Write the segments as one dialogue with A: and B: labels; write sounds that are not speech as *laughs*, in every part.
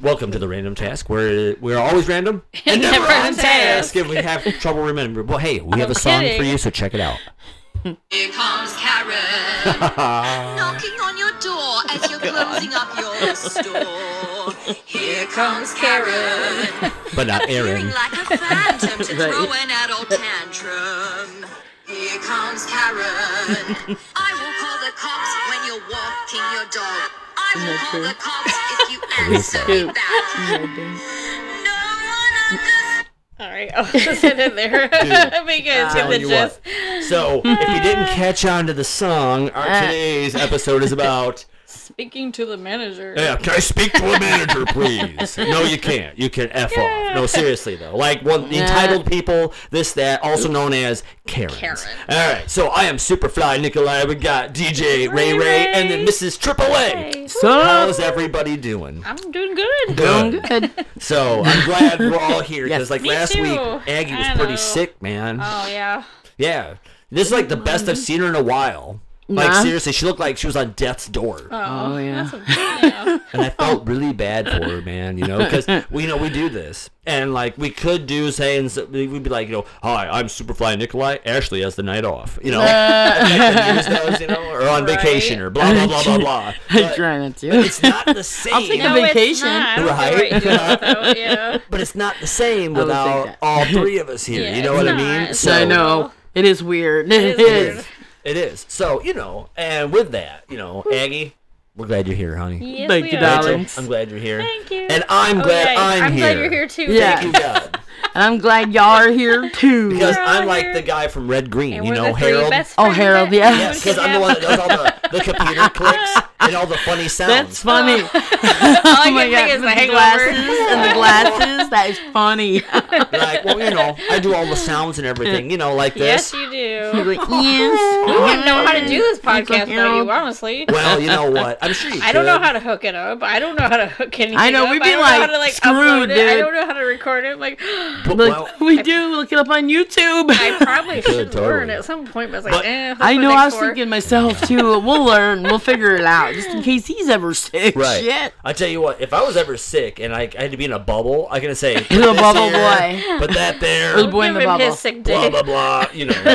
A: Welcome to the random task where we're always random *laughs* and never on task, and we have trouble remembering. But hey, we have a song for
B: kidding.
A: you, so check it out.
C: Here comes Karen, knocking on your door as you're closing up your store. Here comes Karen,
A: But *laughs* not
C: appearing
A: Aaron.
C: like a phantom to throw an adult tantrum. Here comes Karen. I will call the cops when you're walking your dog. I will call the cops if you answer me back. No one understands.
B: All right, I'll just end it there *laughs* because
A: telling
B: the
A: you what.
B: gist.
A: So if you *laughs* didn't catch on to the song, our today's episode is about.
B: Speaking to the manager.
A: *laughs* Yeah, can I speak to a manager, please? no, you can't. You can f off. No, seriously though. Like one entitled people, this that, also known as Karens.
B: Karens.
A: All right. So I am Superfly Nikolai. We got DJ Ray Ray,
B: Ray.
A: and then Mrs. Triple A.
D: So
A: How's everybody doing?
B: I'm doing good.
A: Good. So I'm glad we're all here because, like
B: Me
A: last
B: too.
A: week, Aggie was
B: I
A: pretty
B: know.
A: sick, man.
B: Oh yeah.
A: Yeah. This is like the best
B: Mm.
A: I've seen her in a while. Like
D: Nah.
A: seriously, she looked like she was on death's door,
B: Oh,
D: Oh, yeah.
B: That's a, yeah.
A: and
B: *laughs*
A: I felt really bad for her, man. You know, because we you know we do this, and like we could do say, and so- we'd be like, you know, hi, I'm Superfly Nikolai. Ashley has the night off, you know, Like the news goes, you know, or on
B: *laughs* Right.
A: vacation, or blah blah blah blah
B: *laughs*
A: blah.
D: I
A: But
D: try not to.
A: it's not the same.
D: take
B: no, It's
D: vacation.
B: not. I don't
A: Right.
B: feel right doing
A: *laughs*
B: it, though, you know?
A: but it's not the same
D: would think
A: without
D: that.
A: all three of us here.
B: Yeah,
A: you know
B: it's
A: what I
B: not.
A: mean?
B: It's
A: So
D: I know. It is weird.
B: is
D: It
B: weird.
D: is.
A: it is. So you know, and with that, you know, Aggie, we're glad you're here, honey.
B: Yes,
D: Thank
B: we
D: you,
B: are. Oh,
D: darling.
A: Rachel,
D: Alex.
A: I'm glad you're here.
B: Thank you. Oh,
A: And I'm glad
B: Okay,
A: I'm, here.
B: glad you're here too.
D: Yeah.
B: Thank
A: Thank you,
B: *laughs*
A: God.
D: And I'm glad y'all are here too.
A: *laughs* Because
B: We're all
A: I'm like
B: here.
A: the guy from Red Green,
B: And
A: you
B: we're
A: know,
B: the three
A: Harold.
B: best
D: Oh,
B: friends
D: Harold,
B: that
D: yeah.
B: anyone
A: Yes, because
B: could
A: I'm the
B: have.
A: one that does all the, the computer clicks and all the funny
D: That's
A: sounds.
D: funny.
B: *laughs* All *laughs* I
D: Oh my
B: can
D: god,
B: think is the
D: with the
B: hangover.
D: glasses and the glasses. That is
B: *laughs*
D: funny.
A: like, well, you know, I do all the sounds and everything, you know, like
B: Yes,
A: this.
B: you
D: He's
B: do. *laughs*
D: like, yes.
B: I don't know how to do this podcast without
D: Harold.
B: you, honestly.
A: Well, you
B: *laughs*
A: know what? I'm sure you
B: I don't know
A: could.
B: how to hook it up. I don't know how to hook anything.
D: know,
B: up.
D: we'd
B: I
D: be
B: don't know
D: like,
B: how to, like
D: screwed,
B: upload it. I
D: dude.
B: don't know how to record it. Like,
A: But,
D: Look,
A: well,
D: we do. Look it up on YouTube. *laughs*
B: I probably should
A: totally.
B: learn at some point, but I was like,
A: But-
B: eh, hope
D: I
B: for
D: know.
B: next
D: I was
B: four.
D: thinking myself too. We'll learn. We'll figure it out,
B: *laughs*
D: just in case he's ever sick.
A: right.
D: Shit.
A: I tell you what, if I was ever sick and I, I had to be in a bubble, I can
D: *laughs*
A: say, put
D: He's a
A: this
D: bubble
A: here,
D: boy.
A: put that there,
D: *laughs* Little boy
B: Give
D: in the
B: him
D: bubble.
B: his sick
A: blah
B: day.
A: blah blah. You
D: *laughs*
A: know,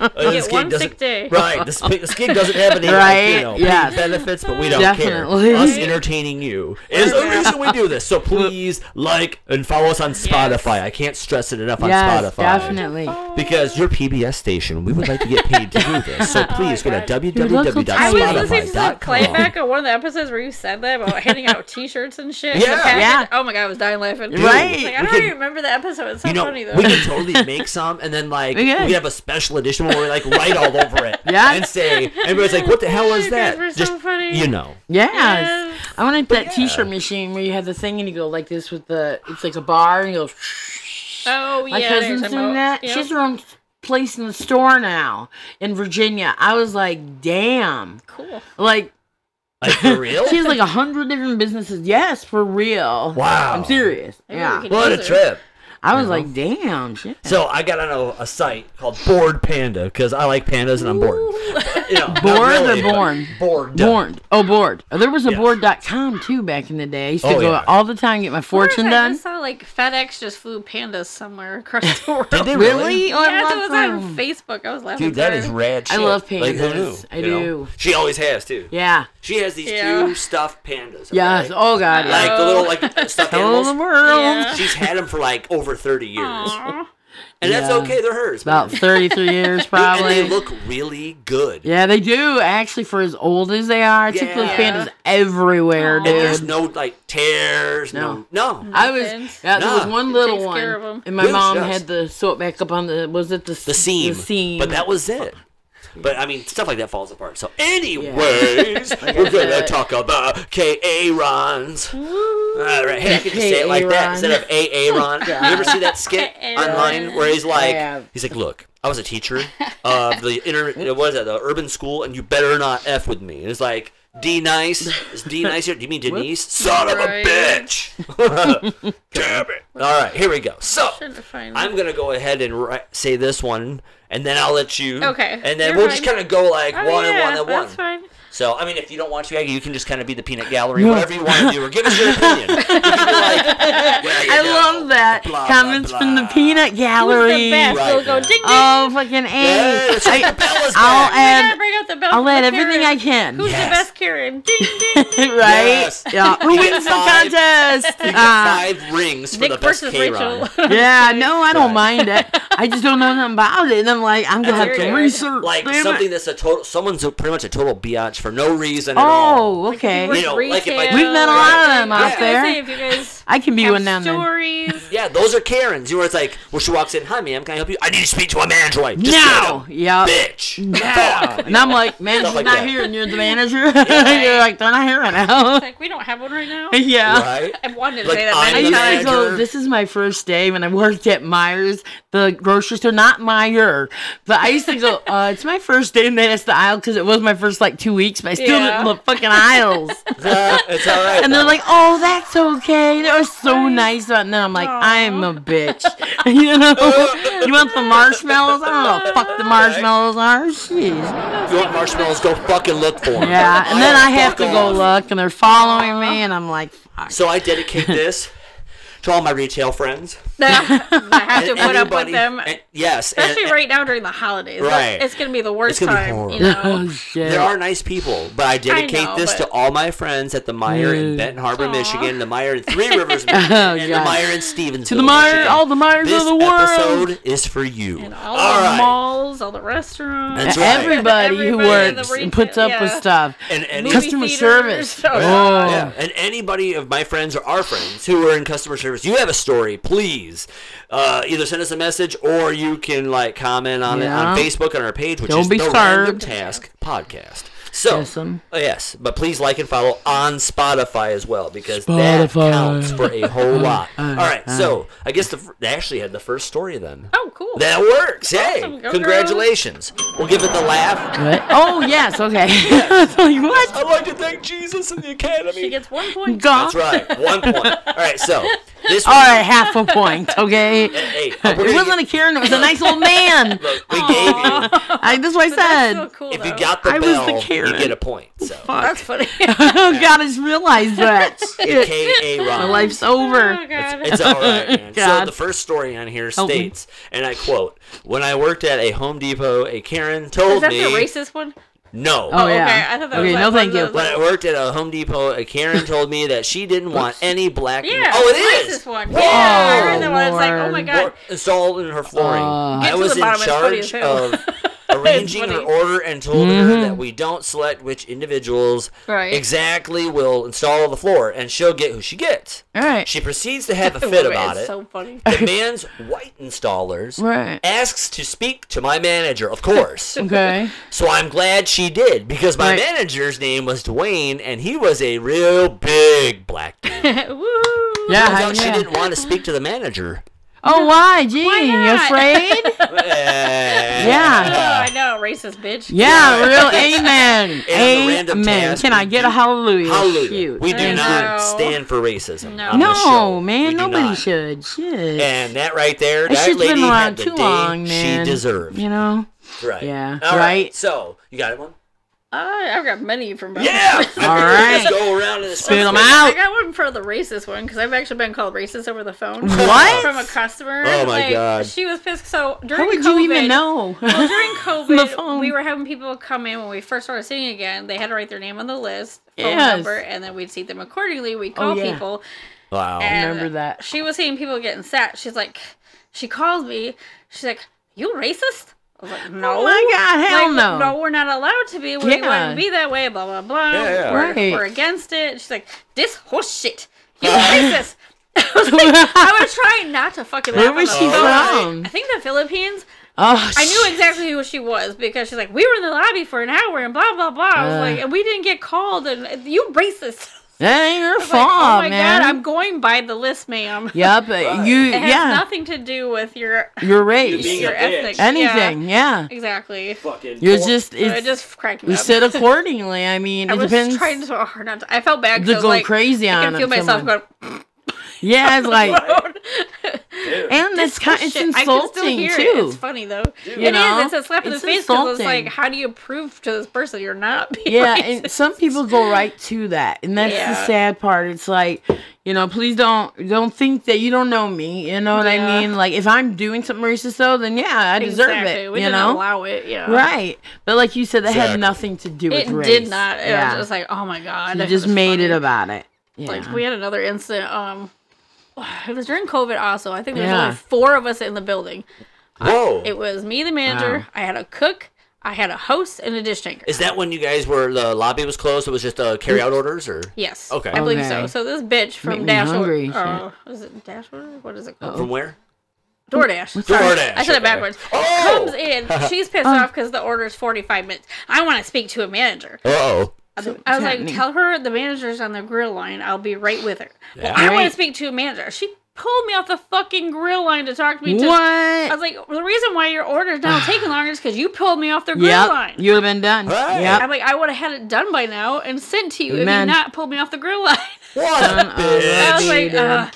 A: Uh, this
B: one
A: doesn't-
B: sick day.
A: Right. This, pig- this gig doesn't
D: *laughs*
A: have any like, you
D: Right,
A: know,
D: yes.
A: paid benefits, but we don't
D: Definitely.
A: care. Us entertaining you is the reason we do this. So
D: *laughs*
A: please like and follow us on Spotify. I can't stress it enough on
D: Yes,
A: Spotify.
D: definitely.
A: Because your PBS station, we would like to get paid to do this.
D: *laughs*
A: So please go to
B: I
D: I
B: was
D: Spotify
B: listening to the
A: www.spotify.com.
B: playback of one of the episodes where you said that about handing out T-shirts and shit. in
A: Yeah.
B: the package.
D: Yeah.
B: Oh my god, I was dying laughing.
D: Right.
B: Like,
A: We
B: I don't
A: could-
B: even remember the episode. It's so
A: You know,
B: funny though.
A: we
B: *laughs*
D: *laughs*
A: could totally make some, and then like we
D: We could.
A: could have a special edition where we like write all over
D: *laughs*
A: it,
D: Yes.
A: and say everybody's like, "What the hell
D: *laughs*
A: is
B: You guys
A: that?"
B: were so
A: Just
B: funny.
A: you know,
D: Yes.
B: Yes.
D: I wanted that T-shirt machine where you had the thing and you go like this with the. It's like a bar and you go.
B: oh yeah,
D: My
B: there's
D: cousin's
B: some
D: doing
B: mo-
D: that.
B: Yep.
D: She's her own place in the store now in Virginia. I was like, damn.
B: cool.
D: Like
A: like for
D: *laughs*
A: real.
D: she has like a hundred different businesses. Yes, for real.
A: Wow. Uh-huh.
D: I'm serious.
B: Maybe we
D: yeah.
B: can
A: What a
B: use it.
A: trip.
D: I was like, damn. Shit.
A: So I got on a, a site called Bored Panda because I like pandas and I'm bored. But, *laughs* you know, not
D: Bored
A: but
D: or born?
A: Bored.
D: Board. Oh, board. Oh, there was a
A: Yeah.
D: board.com too back in the day. I used to
A: Oh,
D: go
A: yeah.
D: all the time get my
B: Where is
D: fortune
B: that? I
D: done.
B: just saw like FedEx just flew pandas somewhere across the world. *laughs*
A: Did they
D: Really? Oh, I
B: Yes, it was
D: love them.
B: on Facebook. I was laughing.
A: Dude, that
B: hard.
A: is rad
D: I
A: shit.
D: love
A: Like, who
D: pandas.
A: knew,
D: I
A: you know?
D: do.
A: She always has, too.
D: Yeah.
A: She has these
B: Yeah.
A: two stuffed pandas.
D: Yes.
A: okay?
D: Oh God. Yeah.
A: Like the little
D: *laughs*
A: like stuffed
D: Tell the
A: animals.
D: world.
B: Yeah.
A: She's had them for like over 30 years.
B: Aw.
A: And that's
D: Yeah.
A: okay. They're hers.
D: About
A: man. *laughs*
D: thirty-three years
A: And
D: probably.
A: they look really good.
D: Yeah, they do actually. For as old as they are, I took those
A: Yeah.
D: pandas everywhere,
B: Aw.
D: dude.
A: And there's no like tears. No. No.
D: I was
B: Nothings.
D: yeah, there was
A: Nah.
D: one little
B: takes
D: one,
B: care of 'em.
D: and my
A: Yes,
D: mom
A: yes.
D: had to sew it back up on the was it the
A: the seam.
D: the seam.
A: But that was it. But I mean, stuff like that falls apart. So,
D: *laughs*
A: anyways, we're gonna
D: said.
A: talk about K-Arons. All right, hey, I could just say it like that instead of
D: *laughs*
A: A-Aron. you ever see that skit online where he's like,
D: Yeah.
A: he's like, look, I was a teacher of
D: *laughs*
A: the inter, what is that, the urban school, and you better not f with me. And it's like. D nice is D nice here? Do you
D: *laughs*
A: mean Denise? Son of a
B: Right.
A: bitch! *laughs* Damn
D: *laughs*
A: it! All right, here we go. So
B: Shouldn't have found
A: I'm gonna go ahead and ri- say this one, and then I'll let you.
B: Okay,
A: And then
B: you're
A: we'll just
B: fine.
A: kind of go like
B: Oh,
A: one and
B: yeah,
A: one and one.
B: That's fine.
A: So I mean, if you don't want to, Aggie, you can just kind of be the peanut gallery, whatever you want to do, or give us your opinion. You can be
B: *laughs*
A: like, "Well, you
D: I
A: know,
D: love that.
A: blah, blah,
D: Comments from the
A: blah."
D: peanut
B: Who's
D: gallery.
B: the best?
A: Right
B: It'll go
A: now.
B: ding ding.
D: Oh, fucking A.
A: Yes, the bell is
D: I'll
A: back.
B: I gotta
D: add.
B: bring out the bell.
D: I'll
B: from the
D: add everything I
B: Karen.
D: can.
B: Who's
A: Yes.
B: the best Karen? Ding ding.
D: *laughs* right?
A: Yes.
D: Yeah. Who
A: You get
D: wins the
A: five. *laughs*
D: contest?
A: You get
D: Uh,
A: five rings for
B: Nick
A: the best
B: versus
A: K-Ron.
B: Rachel. *laughs*
D: yeah. No, I don't
A: Right.
D: mind it. I just don't know nothing about it, and I'm like, I'm gonna have
B: That's
D: to
B: weird.
D: research.
A: *laughs* Like
D: damn it.
A: something that's a total. Someone's a, pretty much a total biatch for no reason at all.
D: Oh, okay.
A: You know, like if I-
B: Retail,
A: We've
D: met a lot of them
B: I was
A: out
B: gonna
D: there.
B: Say, if you guys
D: *laughs* I can be
B: have
D: one now and then.
B: stories.
A: Yeah, those are Karens. You where it's like, well, she walks in, "Hi, ma'am, can I help you?" I need to speak to a manager. Like, just
D: No.
A: get 'em,
D: Yeah.
A: bitch.
B: *laughs*
A: Fuck.
D: And I'm like, manager's
A: like
D: not
A: that.
D: here, and you're the manager. *laughs* you're like, they're not here right now.
B: Like we don't have one right
D: *laughs*
B: now.
D: yeah.
A: Right?
B: I wanted to
A: Like,
B: say that
A: I'm
D: I
B: many
A: the
D: used
B: times.
D: to *laughs* go.
A: manager.
D: This is my first day when I worked at Myers, the grocery store, not Meyer, but I used to
B: *laughs*
D: go. uh, it's my first day, and then it's the aisle because it was my first like two weeks, but I still
B: Yeah.
D: didn't look fucking aisles.
A: Uh, *laughs* it's all right.
D: And they're
A: though.
D: like, "Oh, that's okay." They were so nice about, it. and then I'm like, "I'm a bitch," *laughs* you know. you want the marshmallows? I don't know. Fuck the marshmallows are. Jeez.
A: If you want marshmallows, go fucking look for them.
D: Yeah. And then I have to
A: Fuck
D: go
A: off.
D: look, and they're following me, and I'm like, "Fuck."
A: So I dedicate this to all my retail friends.
B: *laughs* I have to
A: And
B: put up with
A: anybody-
B: them,
A: and- yes. and-
B: especially right now during the holidays.
A: Right.
B: It's gonna be the worst
A: It's gonna be
B: time.
A: horrible.
B: you know?
D: *laughs* Oh shit.
A: There are nice people, but I dedicate
B: know,
A: this
B: but-
A: to all my friends at the Meyer in Benton Harbor, Michigan, the Meyer
D: *laughs*
A: in Three Rivers, Michigan,
D: Oh,
A: and the
D: God.
A: Meyer in Stevensville.
D: to the Meyer, all the Myers
A: this
D: of the world.
A: episode is for you.
B: And all,
A: all
B: the
A: right.
B: malls, all the restaurants.
A: That's
D: To
A: right.
D: everybody, who
B: Everybody in the
D: works and puts up
B: retail-
D: with
B: yeah.
D: stuff.
A: And any,
B: Movie
D: Customer
B: theaters.
D: service.
B: Oh,
A: Yeah,
B: God.
A: yeah. And anybody of my friends or our friends who are in customer service, you have a story, please uh, either send us a message or you can like comment on it on
D: Yeah.
A: Facebook on our page, which
D: Don't
A: is
D: be
A: the Random
D: starved.
A: Task Podcast. So
D: Awesome.
A: uh, yes, but please like and follow on Spotify as well because that
D: Spotify.
A: counts for a *laughs* whole lot. All right, so I guess the, fir- they actually had the first story then.
B: Oh, cool.
A: That works! Hey,
B: Awesome, go girls.
A: congratulations! We'll give it the laugh.
D: What? Oh yes, okay. *laughs* It's like, what?
A: I'd like to thank Jesus and the Academy.
B: she gets one point.
D: God.
A: That's right. One point. All right. So this.
D: All right, half a point, okay.
A: *laughs*
D: *laughs* It
A: Hey, we're gonna
D: wasn't a Karen. It was a nice old
A: *laughs*
D: man.
A: get- we gave
D: *laughs*
A: you.
D: I, that's what I
B: That's so
D: said.
B: cool.
A: If you
B: though.
A: got the
D: I was the
A: bell, you
D: Karen.
A: get a point.
D: *laughs*
A: So
B: that's funny.
D: Oh *laughs* God, I just realized that. Shit.
A: K A
D: *laughs* My
A: Ron.
D: life's
B: oh
D: over.
B: God.
A: It's all
D: *laughs*
A: right, man. So
D: God.
A: the first story on here
D: me.
A: states, and I quote: "When I worked at a Home Depot, a Karen told
B: Is that the
A: me
B: racist one?
A: no."
D: Oh,
B: okay.
D: yeah.
B: I thought that
D: Okay,
B: was
D: no,
B: like one
D: thank
B: of
D: you.
B: those-
A: When I worked at a Home Depot, a Karen told me that she didn't want any black.
B: Yeah.
A: oh, it is.
B: Racist one. Yeah. I
D: Whoa,
B: heard that one. It's like, oh my
D: Lord.
B: God.
A: Or installed in her flooring.
D: Uh,
B: Get
A: I
B: to
A: was
B: the
A: in
B: bottom, *laughs* it's funny
A: charge
B: as
A: of
B: hell.
A: arranging
B: It's
A: her
B: funny.
A: order and told
D: Mm-hmm.
A: her that we don't select which individuals
B: Right.
A: exactly will install the floor, and she'll get who she gets.
D: All right.
A: She proceeds to
B: *laughs*
A: have a
B: I love
A: fit
B: it.
A: about
B: it's
A: it.
B: so
D: *laughs*
B: funny.
A: Demands white installers.
D: Right.
A: Asks to speak to my manager, of
B: *laughs*
A: course.
D: Okay.
A: so I'm glad she did because my
D: Right.
A: manager's name was Dwayne, and he was a real big black dude.
B: Woo. Oh,
A: Turns
D: Yeah.
A: out she
D: yeah.
A: didn't want to speak to the manager.
D: Oh why? Gee, you
A: *laughs*
B: not?
D: afraid?
B: Oh,
D: *laughs* Yeah.
B: I know, racist bitch.
D: Yeah. Real amen.
A: *laughs* And the random
D: Amen.
A: task
D: Can I
A: we
D: get a
A: do-
D: hallelujah?
A: Hallelujah.
D: Shoot.
A: We do
D: Thank
A: not
B: No.
A: stand for racism.
B: No.
A: on this show.
D: No, man,
A: We do
D: nobody
A: not.
D: should. Shit.
A: And that right there,
D: That
A: that
D: shit's
A: lady
D: been
A: had
D: around
A: the
D: too
A: day
D: long, man.
A: she deserved.
D: You know?
A: Right.
D: Yeah.
A: All right.
D: Right.
A: So you got it one.
B: Uh, I've got many from
A: *laughs*
B: both.
A: Yeah.
D: All
A: Let's
D: right.
A: go around in the
D: Spit them
B: *laughs* I
D: out.
B: got one for the racist one because I've actually been called racist over the phone. *laughs*
D: What?
B: From a customer.
A: Oh, my
B: Like,
A: God.
B: She was pissed. So during
D: How would
B: COVID,
D: you even know? *laughs*
B: Well, during
D: the
B: COVID,
D: phone.
B: we were having people come in when we first started singing again. They had to write their name on the list, phone
D: Yes.
B: number, and then we'd seat them accordingly. We'd
D: Oh,
B: call
D: yeah.
B: people.
A: Wow.
B: And
D: remember that.
B: She was seeing people getting sat. She's like, she calls me. She's like, you racist? I was like, no.
D: Oh my God, hell
B: Like,
D: no.
B: No, we're not allowed to be. We
D: Yeah.
B: wouldn't be that way, blah, blah, blah.
A: Yeah, yeah.
B: We're,
D: Right.
B: we're against it. She's like, this horse shit. You racist. I was like, I was trying not to fucking laugh.
D: Where
B: on
D: was
B: the
D: she
B: phone.
D: from?
B: I think the Philippines.
D: *laughs* Oh,
B: I knew exactly who she was because she's like, we were in the lobby for an hour and blah blah blah. I was
D: Uh.
B: like, and we didn't get called, and uh, you racist. *laughs*
D: That ain't your
B: Like,
D: fault,
B: oh my
D: man.
B: god,
D: *laughs*
B: I'm going by the list, ma'am.
D: Yep. You.
B: *laughs* It has
D: Yeah.
B: nothing to do with your
D: Your race.
A: being
B: your
A: a
B: ethnic
A: bitch.
D: Anything. Yeah.
B: Yeah, exactly. So
A: Fucking
D: You're
A: four-
D: just.
B: it
D: It's,
B: just cracked me
D: you
B: up. *laughs*
D: said accordingly. I mean,
B: I
D: it
B: was
D: depends.
B: trying so hard not to. I felt bad
D: to
B: because
D: go
B: like,
D: crazy
B: I
D: on
B: could feel
D: it,
B: myself
D: someone.
B: *laughs* going.
D: Yeah, it's like.
B: "Phone."
D: And it's
B: still
D: kind- it's
B: shit. I can still
D: insulting,
B: hear it.
D: too.
B: It's funny though. It is.
D: You know?
B: It's a slap in the
D: It's
B: face because it's
D: insulting.
B: like, how do you prove to this person you're not? Being
D: Yeah,
B: racist? *laughs*
D: and some people go right to that, and that's the
B: Yeah.
D: sad part. It's like, you know, please don't don't think that you don't know me. You know what I
B: Yeah.
D: mean? Like, if I'm doing something racist though, then yeah, I deserve
B: Exactly.
D: it.
B: We
D: you
B: didn't
D: know,
B: allow it. Yeah.
D: right? But like you said, that had
A: Exactly.
D: nothing to do with
B: It
D: race.
B: did not. It
D: Yeah,
B: was just like, oh my god.
D: you
B: that
D: just
B: was
D: made it
B: funny.
D: about it. Yeah.
B: Like we had another incident. Um, *sighs* it was during COVID. Also, I think there was
D: Yeah.
B: only four of us in the building.
A: Whoa.
B: It was me, the manager.
D: Wow.
B: I had a cook. I had a host and a dish tanker.
A: Is that when you guys were the lobby was closed? It was just uh, carry
D: Mm.
A: out orders or
B: Yes.
A: Okay.
B: I believe
D: Okay.
B: so. So this bitch
D: Make me
B: from Dash
D: hungry,
B: Order.
D: shit.
B: Oh, is it Dash Order? What is it called?
A: from where?
B: DoorDash.
A: DoorDash.
B: I said it
A: okay.
B: backwards.
A: Oh! *laughs*
B: Comes in. She's pissed off because the order is 45 minutes. I want to speak to a manager.
A: Uh-oh.
B: I was
D: happening?
B: like, tell her the manager's on the grill line. I'll be right with her. Well,
A: Yeah.
B: I want
D: Right.
B: to speak to a manager. She pulled me off the fucking grill line to talk to me. To- I
D: what?
B: was like, the reason why your order's now taking longer is because you pulled me off the grill
D: Yep,
B: line.
D: you would have been done.
A: Right.
D: Yep.
B: I'm like, I would have had it done by now and sent to you if you
D: Amen.
B: not pulled me off the grill line. *laughs*
A: What
D: Son
A: a
D: of a
B: I
A: bitch.
B: was like,
D: Cheated.
B: uh,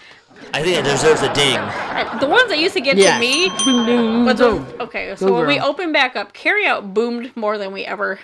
A: I think it deserves a ding.
B: I- the ones that used to get
D: Yes.
B: to me.
D: Boom, boom,
B: But
D: boom.
B: the, okay, so when we
D: girl.
B: opened back up, carryout boomed more than we ever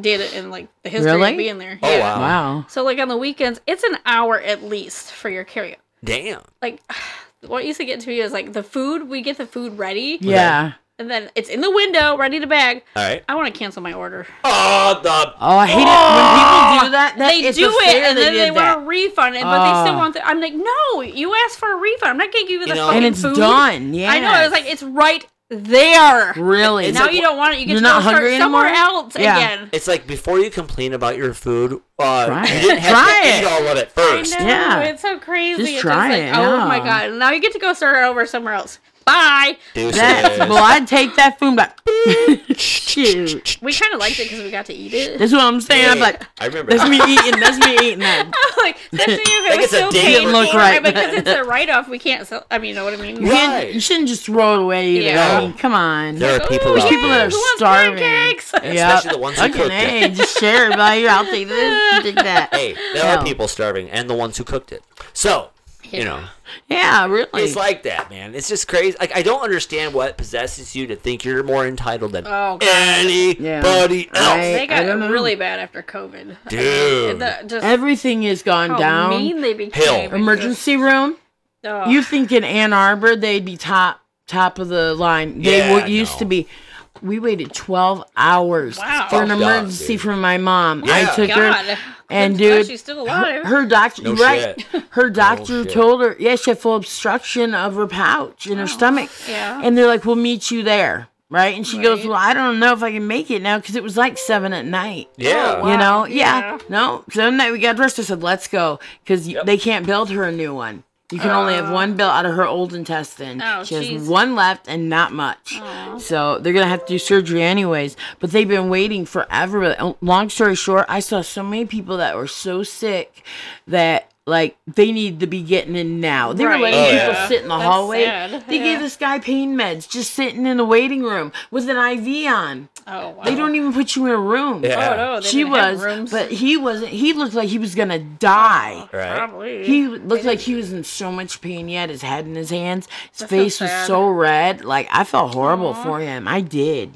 B: did it in like the history
D: Really?
B: of being there.
A: Oh, wow.
D: Wow.
B: So like on the weekends, it's an hour at least for your carryout.
A: Damn.
B: Like *sighs* what used to get to me is like the food. We get the food ready,
D: Yeah.
B: and then it's in the window, ready to bag.
A: All right.
B: I want to cancel my order.
A: Oh, the.
D: Oh, I hate it when people do that. that
B: Oh! they
D: it's
B: do it,
D: unfair
B: and
D: they
B: then
D: did
B: they
D: that.
B: want to refund it, but they still
D: Ah.
B: want. The, I'm like, no, you asked for a refund. I'm not gonna give you the
A: You know-
B: fucking
D: and it's
B: food.
D: done. Yeah,
B: I know. I was like, it's right there.
D: really?
B: now you don't want it. You
D: You're
B: can
D: not
B: go start
D: hungry
B: somewhere
D: anymore?
B: else
D: Yeah.
B: again.
A: It's like before you complain about your food, uh,
D: Try it.
A: you didn't have
D: Try
A: to
D: it.
A: eat all of it
B: I
A: first.
B: know.
D: Yeah.
B: It's so crazy.
D: Just
B: it's
D: try
B: just like,
D: it,
B: oh
D: yeah.
B: my god. Now you get to go start over somewhere else. Bye.
A: Deuces.
D: That, well, I'd take that
B: *laughs*
D: food back. Shoot.
B: We kind of liked it because we got to eat it. *laughs*
D: That's what I'm saying. I'm like,
A: I remember.
D: that's me eating. That's me eating that.
B: like, especially
A: *laughs*
B: if it
A: Like
B: was
A: it's a
B: still
A: date
B: paid
A: look
B: for,
D: right.
B: because
D: *laughs*
B: it's a write-off. We can't sell. I mean, you know what I mean?
D: You, can't,
A: Right.
D: you shouldn't just throw it away. Either.
B: Yeah.
D: I mean, come on.
A: There are people
B: Ooh,
A: out
D: people that
A: there.
D: are
B: Who wants
D: starving.
B: pancakes? *laughs*
D: Yeah.
A: Especially the ones who
D: Fucking
A: cooked it.
D: A, just share it, buddy. I'll take this. You take that.
A: *laughs* Hey, there
D: No.
A: are people starving and the ones who cooked it. So, you know,
D: Yeah, really.
A: it's like that, man. It's just crazy. Like, I don't understand what possesses you to think you're more entitled than
B: Oh, God.
A: anybody
D: Yeah.
A: else.
D: Right.
B: They
D: I don't know.
B: got really bad after COVID. *laughs*
A: Dude.
B: The- just
D: Everything has gone
B: how
D: down.
B: mean they became.
A: Hell.
D: Emergency room.
B: Oh.
D: You think in Ann Arbor they'd be top top of the line? They
A: Yeah,
D: were used
A: no.
D: to be. We waited 12 hours
B: Wow.
D: for an
A: Fucked up,
D: emergency
A: dude.
D: from my mom.
A: Yeah.
D: I took
B: God.
D: her and
B: Glad
D: dude,
B: she's still alive.
D: her doctor,
A: No
D: right?
A: shit.
D: Her doctor
A: shit.
D: told her, yeah, she had full obstruction of her pouch in her stomach.
B: Oh, yeah.
D: And they're like, we'll meet you there, right? And she goes, well, I don't know if I can make it now because it was like seven at night.
A: Yeah.
D: You know, yeah.
B: yeah.
D: No, so then we got dressed. I said, let's go because they can't build her a new one. You can only have one built out of her old intestine.
B: Oh,
D: she has
B: jeez.
D: one left and not much. So they're going to have to do surgery anyways. But they've been waiting forever. Oh, Long story short, I saw so many people that were so sick that. Like they need to be getting in now. They
B: Right.
D: were letting
B: Oh,
D: people
B: yeah.
D: sit in the
B: That's
D: hallway.
B: sad.
D: They
B: Yeah.
D: gave this guy pain meds just sitting in the waiting room with an IV on.
B: oh, wow.
D: They don't even put you in a room
A: Yeah.
B: Oh, no, they
D: she
B: didn't have
D: was,
B: rooms. Oh,
D: but he wasn't. He looked like he was gonna die.
A: Right.
B: Probably.
D: He looked like he was in so much pain. He had his head in his hands. His
B: so
D: face was
B: sad.
D: so red. Like I felt horrible for him. I did.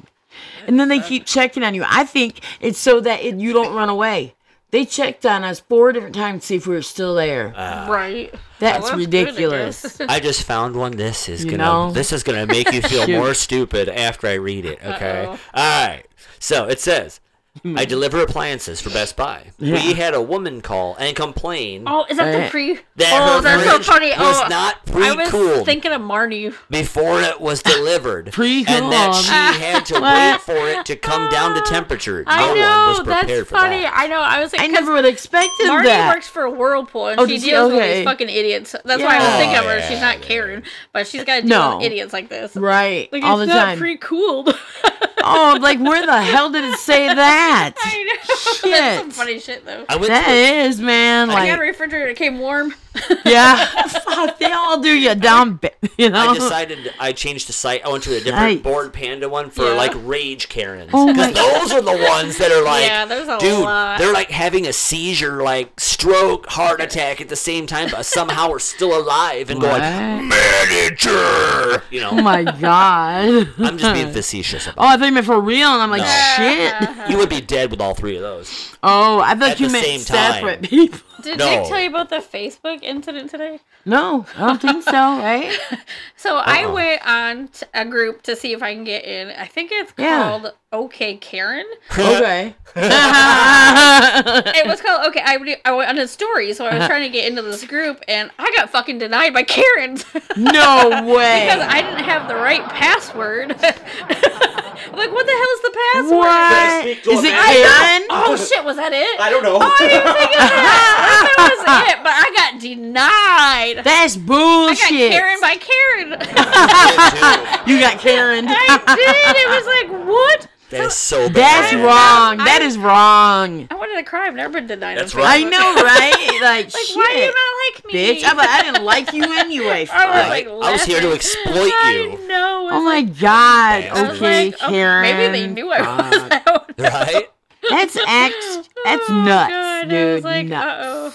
D: And then they keep checking on you. I think it's so that it, you don't run away. They checked on us four different times to see if we were still there.
B: Uh,
A: Ah.
B: right.
D: That's
B: Well, good, I
D: ridiculous.
B: *laughs* guess.
A: I just found one. This is
D: You
A: gonna
D: know?
A: this is gonna make
B: *laughs*
A: you feel
D: Shoot.
A: more stupid after I read it. Okay.
B: Uh-oh. Hmm.
A: All right. So it says, I deliver appliances for Best Buy. We had a woman call and complain
B: Oh, is that the
D: Right.
B: pre?
A: that
B: oh,
A: her
B: that's so
A: fridge
B: funny.
A: was
B: oh,
A: not
B: I was
A: pre-cooled
B: thinking of Marnie.
A: before it was
B: *laughs*
A: delivered, and that
D: Pre-cooled.
A: she had to wait for it to come down to temperature. No
B: I
A: one was
B: know
A: prepared
B: that's
A: for
B: funny.
A: that.
B: I know. I was like,
D: I
B: 'cause
D: never would have expected
B: Marnie
D: that.
B: works for Whirlpool, and
D: Oh,
B: she
D: does she?
B: deals with
D: Okay.
B: these fucking idiots. That's why I was
D: Yeah.
B: thinking of
A: Oh,
B: her.
A: yeah,
B: She's not
A: yeah,
B: Karen, but she's got to deal
D: No.
B: with idiots like this.
D: right.
B: Like,
D: All
B: it's
D: the
B: not
D: time.
B: pre-cooled. *laughs*
D: oh, I'm like, where the hell did it say that?
B: *laughs* I know. That's some
D: Shit.
B: funny shit though.
A: I went
D: That
A: to
D: is, man.
B: I got a
D: Like,
B: refrigerator. It came warm. *laughs*
D: yeah. Fuck, they all do you dumb bit. You know?
A: I decided I changed the site. I went to a different
D: Nice.
A: Born Panda one for
B: Yeah.
A: like Rage Karens.
D: Oh my
A: Because those are the ones that are like,
B: *laughs* Yeah, there's a
A: dude,
B: lot.
A: they're like having a seizure, like stroke, heart attack at the same time, but somehow are still alive and going,
D: What?
A: manager! You know,
D: Oh my god.
A: I'm just being facetious about
D: Oh, I thought you meant for real, and I'm like, shit.
A: it. You would be dead with all three of
D: *laughs*
A: those.
D: Oh, I thought
A: At
D: you
A: the
D: meant
A: same time.
D: separate people.
B: Did
A: No.
B: Nick tell you about the Facebook incident today?
D: No, I don't think so, right?
A: *laughs*
B: So I
A: Uh-uh.
B: went on t- a group to see if I can get in. I think it's
D: Yeah.
B: called OK Karen.
A: *laughs*
D: Okay.
B: it was called OK. I, re- I went on a story, so I was trying to get into this group, and I got fucking denied by *laughs* Karens.
D: no way.
B: Because I didn't have the right password. *laughs* I'm like, what the hell is the password?
D: what?
A: speak to a
D: Is it
A: man?
D: Karen?
B: Oh shit, was that it?
A: don't know.
B: Oh,
A: *laughs*
B: I didn't think of that. I thought that was it, but I got denied.
D: That's
B: I got
D: bullshit.
B: Karen by Karen. *laughs*
D: you got Karen. *laughs*
B: I did. It was like, what?
A: That is so bad.
D: That's
B: I-
D: wrong.
B: I-
D: that is wrong.
B: I wanted to cry. I've never been denied. on
A: That's
B: Facebook.
A: right.
D: I
B: *laughs*
D: know, right? Like,
B: Like,
D: shit.
B: why do you not like me?
D: Bitch,
B: *laughs*
D: I'm like, I didn't like you anyway.
B: I
D: fuck.
B: was like,
A: I was here to
B: laughing.
A: exploit
B: I
A: you.
B: know. I
D: Oh
B: was
D: my
B: like-
D: god.
A: I was
D: Okay,
B: like, oh,
D: Karen.
B: maybe they knew I was *laughs* out.
D: *laughs*
A: Right?
B: *laughs*
D: That's ex. That's
B: Oh,
D: nuts,
B: God,
D: dude.
B: I was like,
D: nuts.
B: uh-oh.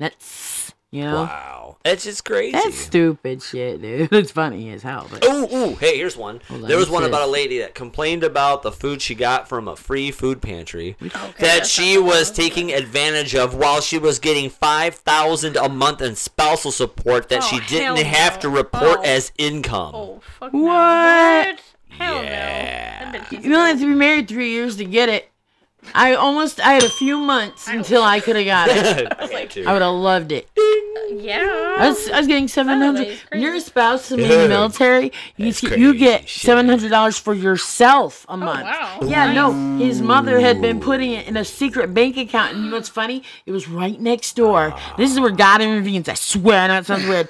D: That's you know.
A: Wow. That's just crazy.
D: That's stupid shit, dude. *laughs* It's funny as hell. But
A: Ooh, ooh, hey, here's one.
D: Hold on,
A: there was
D: what's
A: one about
D: this?
A: a lady that complained about the food she got from a free food pantry that
B: that's
A: she was taking advantage of while she was getting 5000 a month in spousal support that
B: Oh,
A: she
B: hell
A: didn't
B: no.
A: have to report
B: Oh.
A: as income. *laughs*
B: Oh, fuck no.
D: What?
B: Hell
A: Yeah.
B: no. That bitch is
D: you only have to be married three years to get it. I almost I had a few months until I could have got
A: *laughs*
D: it. I would have loved it. I
B: Yeah.
D: was, I was getting seven hundred.
B: it's
D: When
B: crazy.
D: you're a spouse to me in
A: Yeah.
D: the military, you
A: That's
D: get, you get
A: crazy.
D: seven hundred dollars for yourself a month.
B: Oh, wow.
D: Yeah, no. His mother had been putting it in a secret bank account, and you know what's funny? It was right next door. This is where God intervenes. I swear, I know it sounds weird.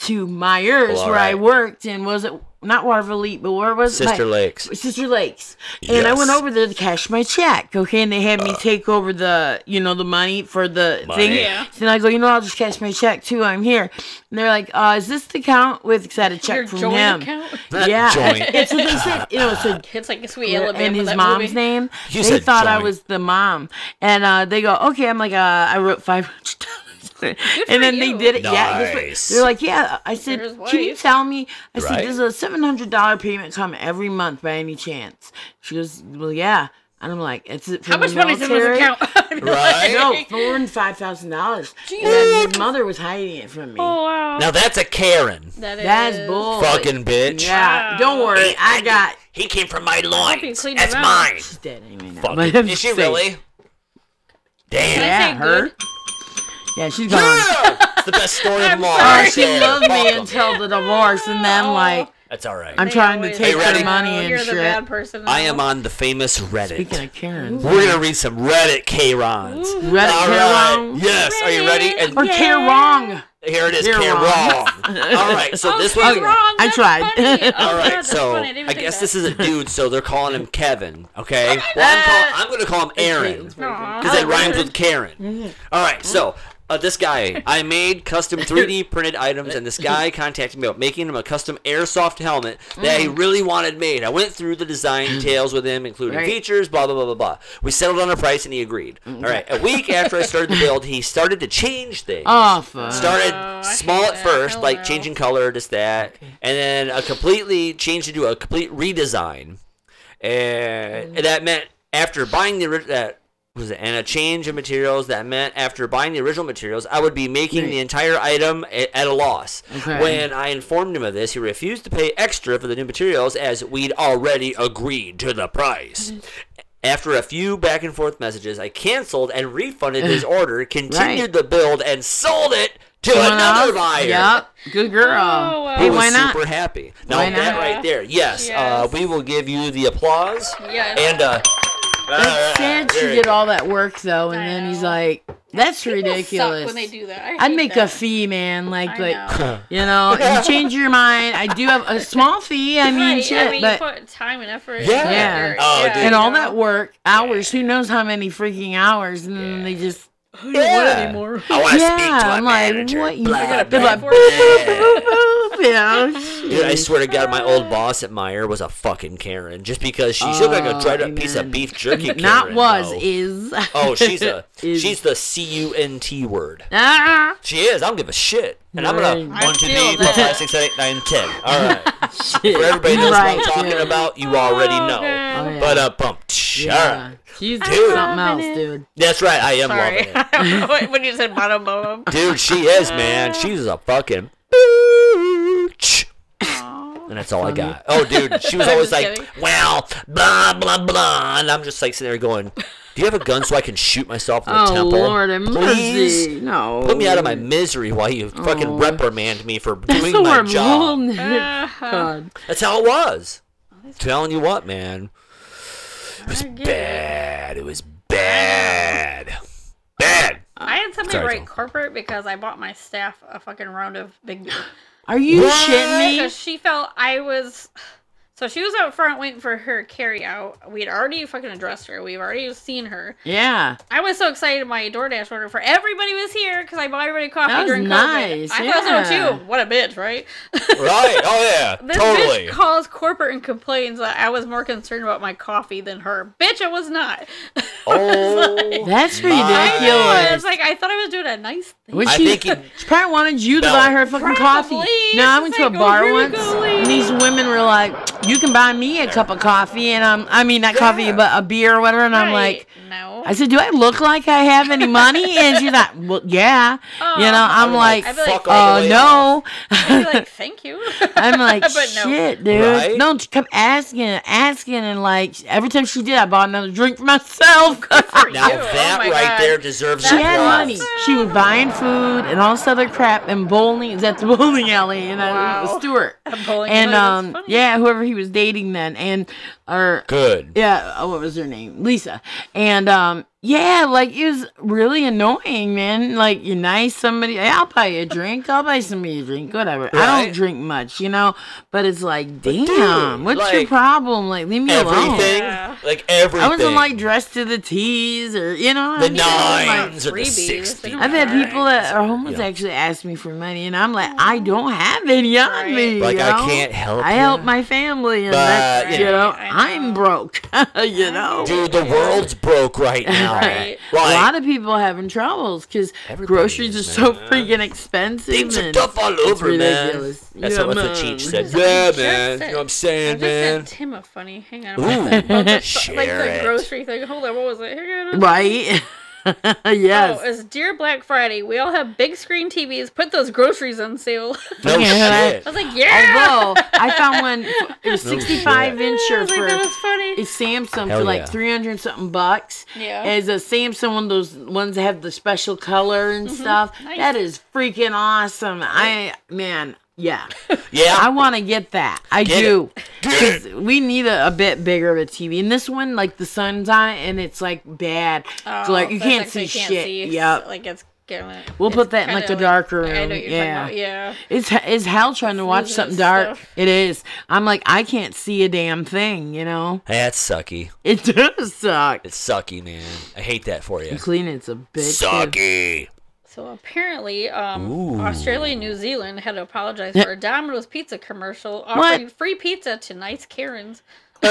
D: To Myers,
A: Well,
D: where I
A: alright.
D: worked, and was it not Waterville Leap, but where was it?
A: Sister
D: My-
A: Lakes.
D: Sister Lakes. And I went
A: Yes. Uh.
D: over there to cash my check, okay? And they had me take over the, you know, the money for the thing.
A: Money.
B: Yeah.
D: So then I go, you know, I'll just cash my check too. I'm here. And they're like, uh, is this the account with, because I had a check
B: Your
D: from
B: joint
D: him.
B: account? *laughs*
A: That
D: Yeah.
A: joint.
D: It's what they said. You know, so
B: It's like a sweet
D: and-
B: Alabama.
D: and his
B: that
D: mom's
B: movie.
D: name.
A: You
D: they
A: said
D: thought I
A: joint.
D: was the mom, and uh, they go, "Okay." I'm like, uh, "I wrote five hundred dollars," and then they
B: you.
D: did it. Yeah, guess what?
A: Nice.
D: they're like, "Yeah." I said,
B: Here's
D: "Can you
B: wife.
D: tell me?" I said,
A: Right.
D: "Does a seven hundred dollar payment come every month by any chance?" She goes, "Well, yeah." And I'm like, "It's it
B: How much money's in this *laughs* account?
A: Right?
D: *laughs* No, four and five thousand dollars. And
B: Jesus.
D: then his mother was hiding it from me.
B: Oh, wow.
A: Now that's a Karen.
B: that is.
D: That's bull.
A: Fucking bitch.
D: Yeah, don't worry, I got.
A: He came from my
B: you
A: loins.
B: clean
A: That's
B: him out.
A: mine.
D: She's dead anyway now.
A: Fuck
D: but
A: it.
D: I'm
A: Is
D: just
A: she
D: saying.
A: really? Damn.
D: Yeah,
B: Say
D: her.
B: good.
D: Yeah, she's gone.
A: it's the best story of them all.
D: Oh,
B: sorry. Oh.
D: she
A: Yeah,
D: loved
A: fuck
B: *laughs*
D: me
A: 'em.
D: until the divorce, and then like
A: That's all right.
D: I'm
B: They
D: trying to
B: always
D: take
B: are.
A: Hey,
D: her
A: Reddit.
D: money
B: Oh,
D: and
B: You're the bad
D: shit.
B: person.
A: I
B: now.
A: am on the famous Reddit.
D: Speaking of Karen,
A: We're gonna read some Reddit Karons.
D: Reddit
A: All
D: Karen
A: right. Yes. Are you ready? And
D: or Karen wrong.
A: here it is,
D: You're
A: Karen.
D: wrong.
B: *laughs*
A: Wrong. All right. So
B: Oh,
A: this
B: she's
A: was.
B: wrong.
D: I
B: That's
D: tried. *laughs*
B: funny. Oh,
A: All
B: God,
A: right.
B: that's
A: So
B: funny. didn't
A: I
B: think
A: guess
B: that.
A: this is a dude, so they're calling him Kevin.
B: *laughs*
A: Okay. Well, I'm, call- I'm gonna call him Aaron.
B: Aw.
A: Because it rhymes with Karen. All right, so uh, this guy, I made custom 3D printed items, and this guy contacted me about making him a custom airsoft helmet that he really wanted made. I went through the design details with him, including
D: Right.
A: features, blah blah blah blah blah. We settled on a price, and he agreed. All right, a week after I started the build, he started to change things
D: Oh fuck.
A: started
B: hate
A: small at
B: that.
A: first,
B: Hell
A: like
B: no.
A: changing color, this that, and then a completely changed into a complete redesign, and
B: Mm.
A: that meant after buying the ori- that was it, and a change in materials that meant after buying the original materials, I would be making the entire item a- at a loss.
D: Okay.
A: When I informed him of this, he refused to pay extra for the new materials as we'd already agreed to the price. After a few back and forth messages, I canceled and refunded
D: *laughs*
A: his order, continued the build, and sold it to
D: Someone
A: another
D: else?
A: buyer.
D: Yep. Good girl.
B: Oh, wow.
A: He
D: Hey,
A: was
D: why not?
A: super happy. Now
D: Why
A: that
D: not?
A: right there, yes,
B: Yes.
A: Uh, we will give you the applause
B: Yes.
A: and uh,
D: That's sad she
A: there you
D: did
A: go.
D: all that work though, and
B: I
D: then he's
B: know.
D: like, "That's
B: People
D: ridiculous."
B: Suck when they do that. I hate
D: I'd make
B: that.
D: a fee, man. Like,
B: I
D: like
B: know.
D: you know,
B: *laughs*
D: if you change your mind, I do have a small fee. I mean,
B: Right,
D: shit,
B: I mean,
D: but
B: you put time and effort.
A: Yeah.
D: Yeah.
A: Oh, dude.
D: and all
B: you
D: that
B: know.
D: work, hours, who knows how many freaking hours, and then they just
A: Yeah. I want to
D: yeah.
A: speak to my
D: I'm
A: manager.
D: like, what you?
A: Blah, blah,
D: They're like,
A: blah.
D: boop, *laughs* boop, you know,
A: Dude,
D: *laughs*
A: I swear to God, my old boss at Meyer was a fucking Karen. Just because she looked like a
D: Oh,
A: dried up piece of
D: amen.
A: beef jerky. Karen,
D: *laughs* not was
A: though.
D: is.
A: Oh, she's a
D: *laughs* Is.
A: she's the C U N T word.
D: Ah,
A: She is. I don't give a shit. And I'm gonna
D: Right.
A: one, two,
B: feel
A: three, four,
B: that.
A: five, six, seven, eight, nine, ten. All
D: *laughs*
A: right. *laughs*
D: shit.
A: For everybody knows
D: right,
A: what I'm talking
D: dude.
A: about, you already know.
D: Oh, yeah.
A: But uh, bump. All
D: yeah.
A: right.
D: She's
A: Dude.
D: something else, dude.
A: That's right. I am
B: Sorry.
A: loving it,
B: *laughs* when you said bottom bottom.
A: dude. She is,
B: *laughs*
A: man. She's a fucking bitch. And that's all I got. Oh, dude,
D: *laughs*
A: she was
B: I'm
A: always
B: just
A: like,
B: kidding.
A: "Well, blah blah blah," and I'm just like sitting there going, "Do you have a gun so I can shoot myself in the
D: Oh
A: temple?
D: Lord, have
A: Please
D: mercy! No,
A: put me out of my misery while you fucking
D: Oh.
A: reprimand me for
D: That's
A: doing
D: the
A: my
D: word.
A: job."
D: Lord. *laughs*
B: Uh-huh.
D: God.
A: That's how it was.
B: Oh,
A: Telling you what, man. It was
B: get it.
A: bad. It was bad. Bad.
B: I had somebody
A: Sorry,
B: write
A: Tom.
B: corporate because I bought my staff a fucking round of
D: *gasps*
B: Big Beer.
D: Are you shitting me?
B: Because she felt I was. *sighs* So she was out front waiting for her carry out. We'd already fucking addressed her. We've already seen her.
D: Yeah.
B: I was so excited my DoorDash order for everybody was here because I bought everybody coffee
D: That was
B: during
D: nice,
B: COVID. I thought
D: yeah.
B: so too. What a bitch, right?
A: Right. Oh yeah.
B: *laughs* This
A: totally.
B: bitch calls corporate and complains that I was more concerned about my coffee than her. Bitch, I was not. *laughs*
A: oh.
D: That's
A: I
B: I
D: ridiculous.
B: was like, I thought I was doing a nice thing.
D: When
A: I
D: she,
A: think it-
D: she probably wanted you to
A: No.
D: buy her fucking coffee.
B: Probably.
D: No, I
B: It's
D: went
B: just
D: to a
B: like, oh,
D: bar
B: here we
D: once,
B: go.
D: and these women were like, "You can buy me a cup of coffee," and I'm, I mean, not coffee,
A: Yeah.
D: but a beer or whatever. And I'm like,
B: Right. no.
D: I said, "Do I look like I have any money?" And she's like, "Well, yeah."
B: Oh.
D: you know, I'm
A: I'm like,
D: like,
B: I'd be like,
A: fuck all the
D: "Oh
A: way
D: no."
B: I'd be like, thank you.
D: *laughs*
B: *laughs*
D: I'm like,
B: But no.
D: shit, dude.
A: Right?
D: No, she kept asking and asking, and like every time she did, I bought another drink
B: *laughs*
D: for myself.
B: For
A: Now
B: you.
A: that
B: oh my
A: right
B: God.
A: there deserves
D: she
A: a
D: had
A: applause.
D: money. She was buying food and all this other crap and bowling. Is at the *laughs* bowling alley and I
B: Wow.
D: was Stewart.
B: I'm *laughs* bowling
D: And
B: alley, that's
D: um,
B: funny.
D: yeah, whoever he was dating then, and or
A: Good.
D: yeah, oh, what was her name? Lisa. And um, yeah, like it was really annoying, man. Like you nice somebody, "Hey, I'll buy you a drink. I'll buy somebody a drink, whatever. I
A: Right.
D: don't drink much, you know. But it's like, damn, what's your
A: like,
D: problem? Like leave me alone.
A: Everything.
B: Yeah.
A: Like everything.
D: I wasn't like dressed to the T's or you know.
A: the
D: I'm just, like,
A: nines or the
B: freebies. They don't
A: sixties.
D: I've had people that are homeless
A: Yeah.
D: actually ask me for money, and I'm like, I don't have any on
B: Right.
D: me.
A: Like
D: you
A: I
D: know?
A: can't help.
D: I
A: you.
D: help my family, and
A: But,
D: that's,
A: you
D: you
B: know.
D: know,
B: Right, I
D: I'm broke. *laughs* you know,
A: Dude, the world's broke
D: *laughs*
A: right now.
B: Right.
A: Like,
D: a lot of people having troubles because
A: Everybody
D: groceries are
A: is,
D: so
A: man.
D: freaking expensive.
A: Things are
D: and
A: tough all over, man.
D: ridiculous.
A: That's
D: Yeah,
A: what the
D: man.
A: Cheech said.
B: I
A: Yeah,
B: just
A: man.
B: said-
A: You know what I'm
B: I
A: saying,
B: just
A: man?
B: sent Tim a funny. Hang on.
A: Ooh.
B: About the, fu-
A: Share
B: like the
A: it.
B: grocery thing. Hold on. What was it? Hang on.
D: right? *laughs*
B: Oh,
D: yes.
B: it's Dear Black Friday. We all have big screen TVs. Put those groceries on sale. *laughs*
A: No
D: Yeah.
A: shit.
B: I was like, yeah.
D: Although I
B: *laughs*
D: found one, it was 65 inch
B: I
D: or
B: was like, that
D: for
B: was funny.
D: It's Samsung
A: Hell
D: for like
A: yeah.
D: 300 something bucks.
B: Yeah.
D: It's a Samsung, one of those ones that have the special color and stuff.
B: Mm-hmm. Nice.
D: That is freaking awesome. I, man, yeah.
A: *laughs* Yeah.
D: I want to get that. I
A: Get
D: do.
A: Get
D: Because we need a, a bit bigger of a TV. And this one, like, the sun's on it and it's like bad.
B: Oh,
D: so, like, you
B: that's
D: can't
B: actually
D: see shit.
B: So,
D: Yep.
B: Like it's gonna.
D: We'll
B: it's
D: put that in, like,
B: kinda
D: a darker
B: I know
D: room.
B: what you're
D: Yeah.
B: talking about. Yeah.
D: It's, it's hell trying to watch
B: Losing
D: something
B: its
D: dark.
B: stuff.
D: It is. I'm like, I can't see a damn thing, you know? *laughs*
A: That's sucky.
D: It does suck.
A: It's sucky, man. I hate that for you.
D: Clean it's a bitch. dude.
A: Sucky.
B: So apparently, um,
A: Ooh.
B: Australia and New Zealand had to apologize for a Domino's pizza commercial offering free pizza to nice Karens.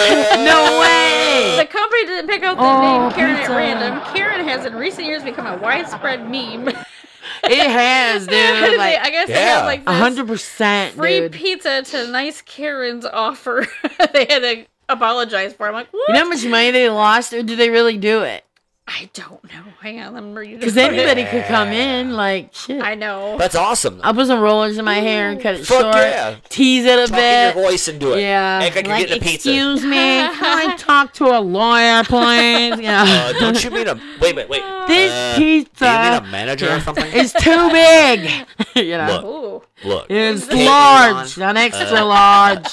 D: No way!
B: The company didn't pick out the
D: Oh,
B: name Karen
D: pizza.
B: at random. Karen has in recent years become a widespread meme.
D: It has,
B: *laughs*
D: dude.
B: They-
D: Like
B: I guess they have
A: Yeah.
B: like
D: a
B: this
D: hundred percent,
B: free
D: dude.
B: pizza to nice Karens offer. *laughs* they had to apologize for. I'm like, what?
D: you know how much money they lost, or do they really do it?
B: I don't know. Hang on, I'm reading.
D: Because anybody could come in, like shit.
B: *laughs* I know.
A: That's awesome.
D: I'll put some rollers in my hair and cut it
A: Fuck
D: short.
A: yeah.
D: Tease it a
A: Talk in your
D: bit.
A: voice and do it.
D: Yeah.
A: Act like, you're getting a pizza.
B: *laughs*
D: excuse me, can I talk to a lawyer, please?
A: Uh,
D: Yeah.
A: don't you mean a wait, wait, wait?
D: *laughs* this
A: uh, Do you mean a
D: pizza
A: manager
D: *laughs*
A: or something?
D: is too big.
B: *laughs*
D: *laughs* you know,
A: Look.
B: Ooh.
A: Look,
D: it's
A: Hey,
D: large,
A: Elon.
D: an extra large.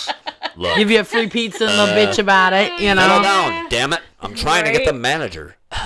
A: look. Uh,
D: Give you a free pizza and a bitch about it. You know.
A: Settle down, damn it. I'm trying to get the
B: Right.
A: manager. *laughs*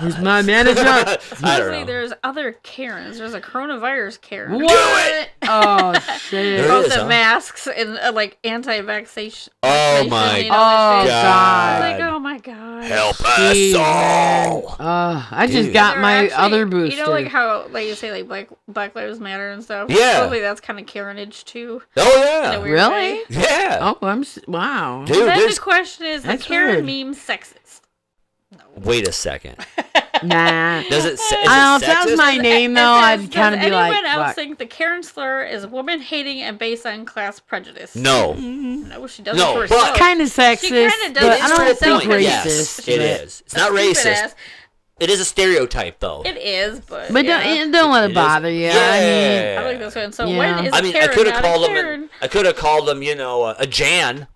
D: Who's my manager?
A: I
B: Honestly,
A: don't know.
B: there's other Karens. There's a coronavirus Karen.
D: what?
B: *laughs*
D: oh shit!
A: There
B: Both
A: is,
B: the
A: huh?
B: masks and uh, like anti-vaccination.
A: Oh
B: vaccination
A: my
B: and all that
D: Oh,
B: shit.
D: God.
B: Like oh my god.
A: Help
D: Jeez,
A: us all.
D: Uh, I just
A: Dude.
D: got
B: They're
D: my
B: actually-
D: other booster.
B: You know, like how like you say, like Black Black Lives Matter and stuff.
A: Yeah.
B: Probably that's kind of Karenage too.
A: Oh
B: in a
A: yeah,
B: weird
D: Really?
B: way.
A: yeah.
D: oh, I'm s- wow.
A: *laughs* Dude,
B: then
A: this.
B: the question is, the
D: That's
B: Karen
D: weird.
B: meme sexist.
A: Wait a second.
D: Nah.
A: Does it? Is it
D: *laughs* I don't know, if that
A: sexist?
D: was my name
B: It
D: though,
B: says,
D: I'd kind
B: does
D: of be
B: anyone
D: like,
B: else
D: fuck.
B: think the Karen slur is woman hating and based on class prejudice?
A: no.
B: no, oh, she doesn't.
A: No,
B: for
A: but-
B: herself.
D: kind of sexist,
B: kinda does
D: but
B: it
D: I
B: for
D: don't
B: herself,
D: think
B: but
D: racist.
B: yes,
A: Yes, it
D: but-
A: is. It's not
B: Stupid
A: racist.
B: ass.
A: It is a stereotype, though.
B: It is, but
D: But
B: yeah.
D: don't, don't let
A: It
D: it
A: is-
D: bother you. I mean,
B: I like this one. So
D: Yeah.
B: when is
A: I mean,
B: Karen
A: I could have
B: not
A: called
B: a
A: them.
B: Karen?
A: an- I could have called them, you know, a, a Jan.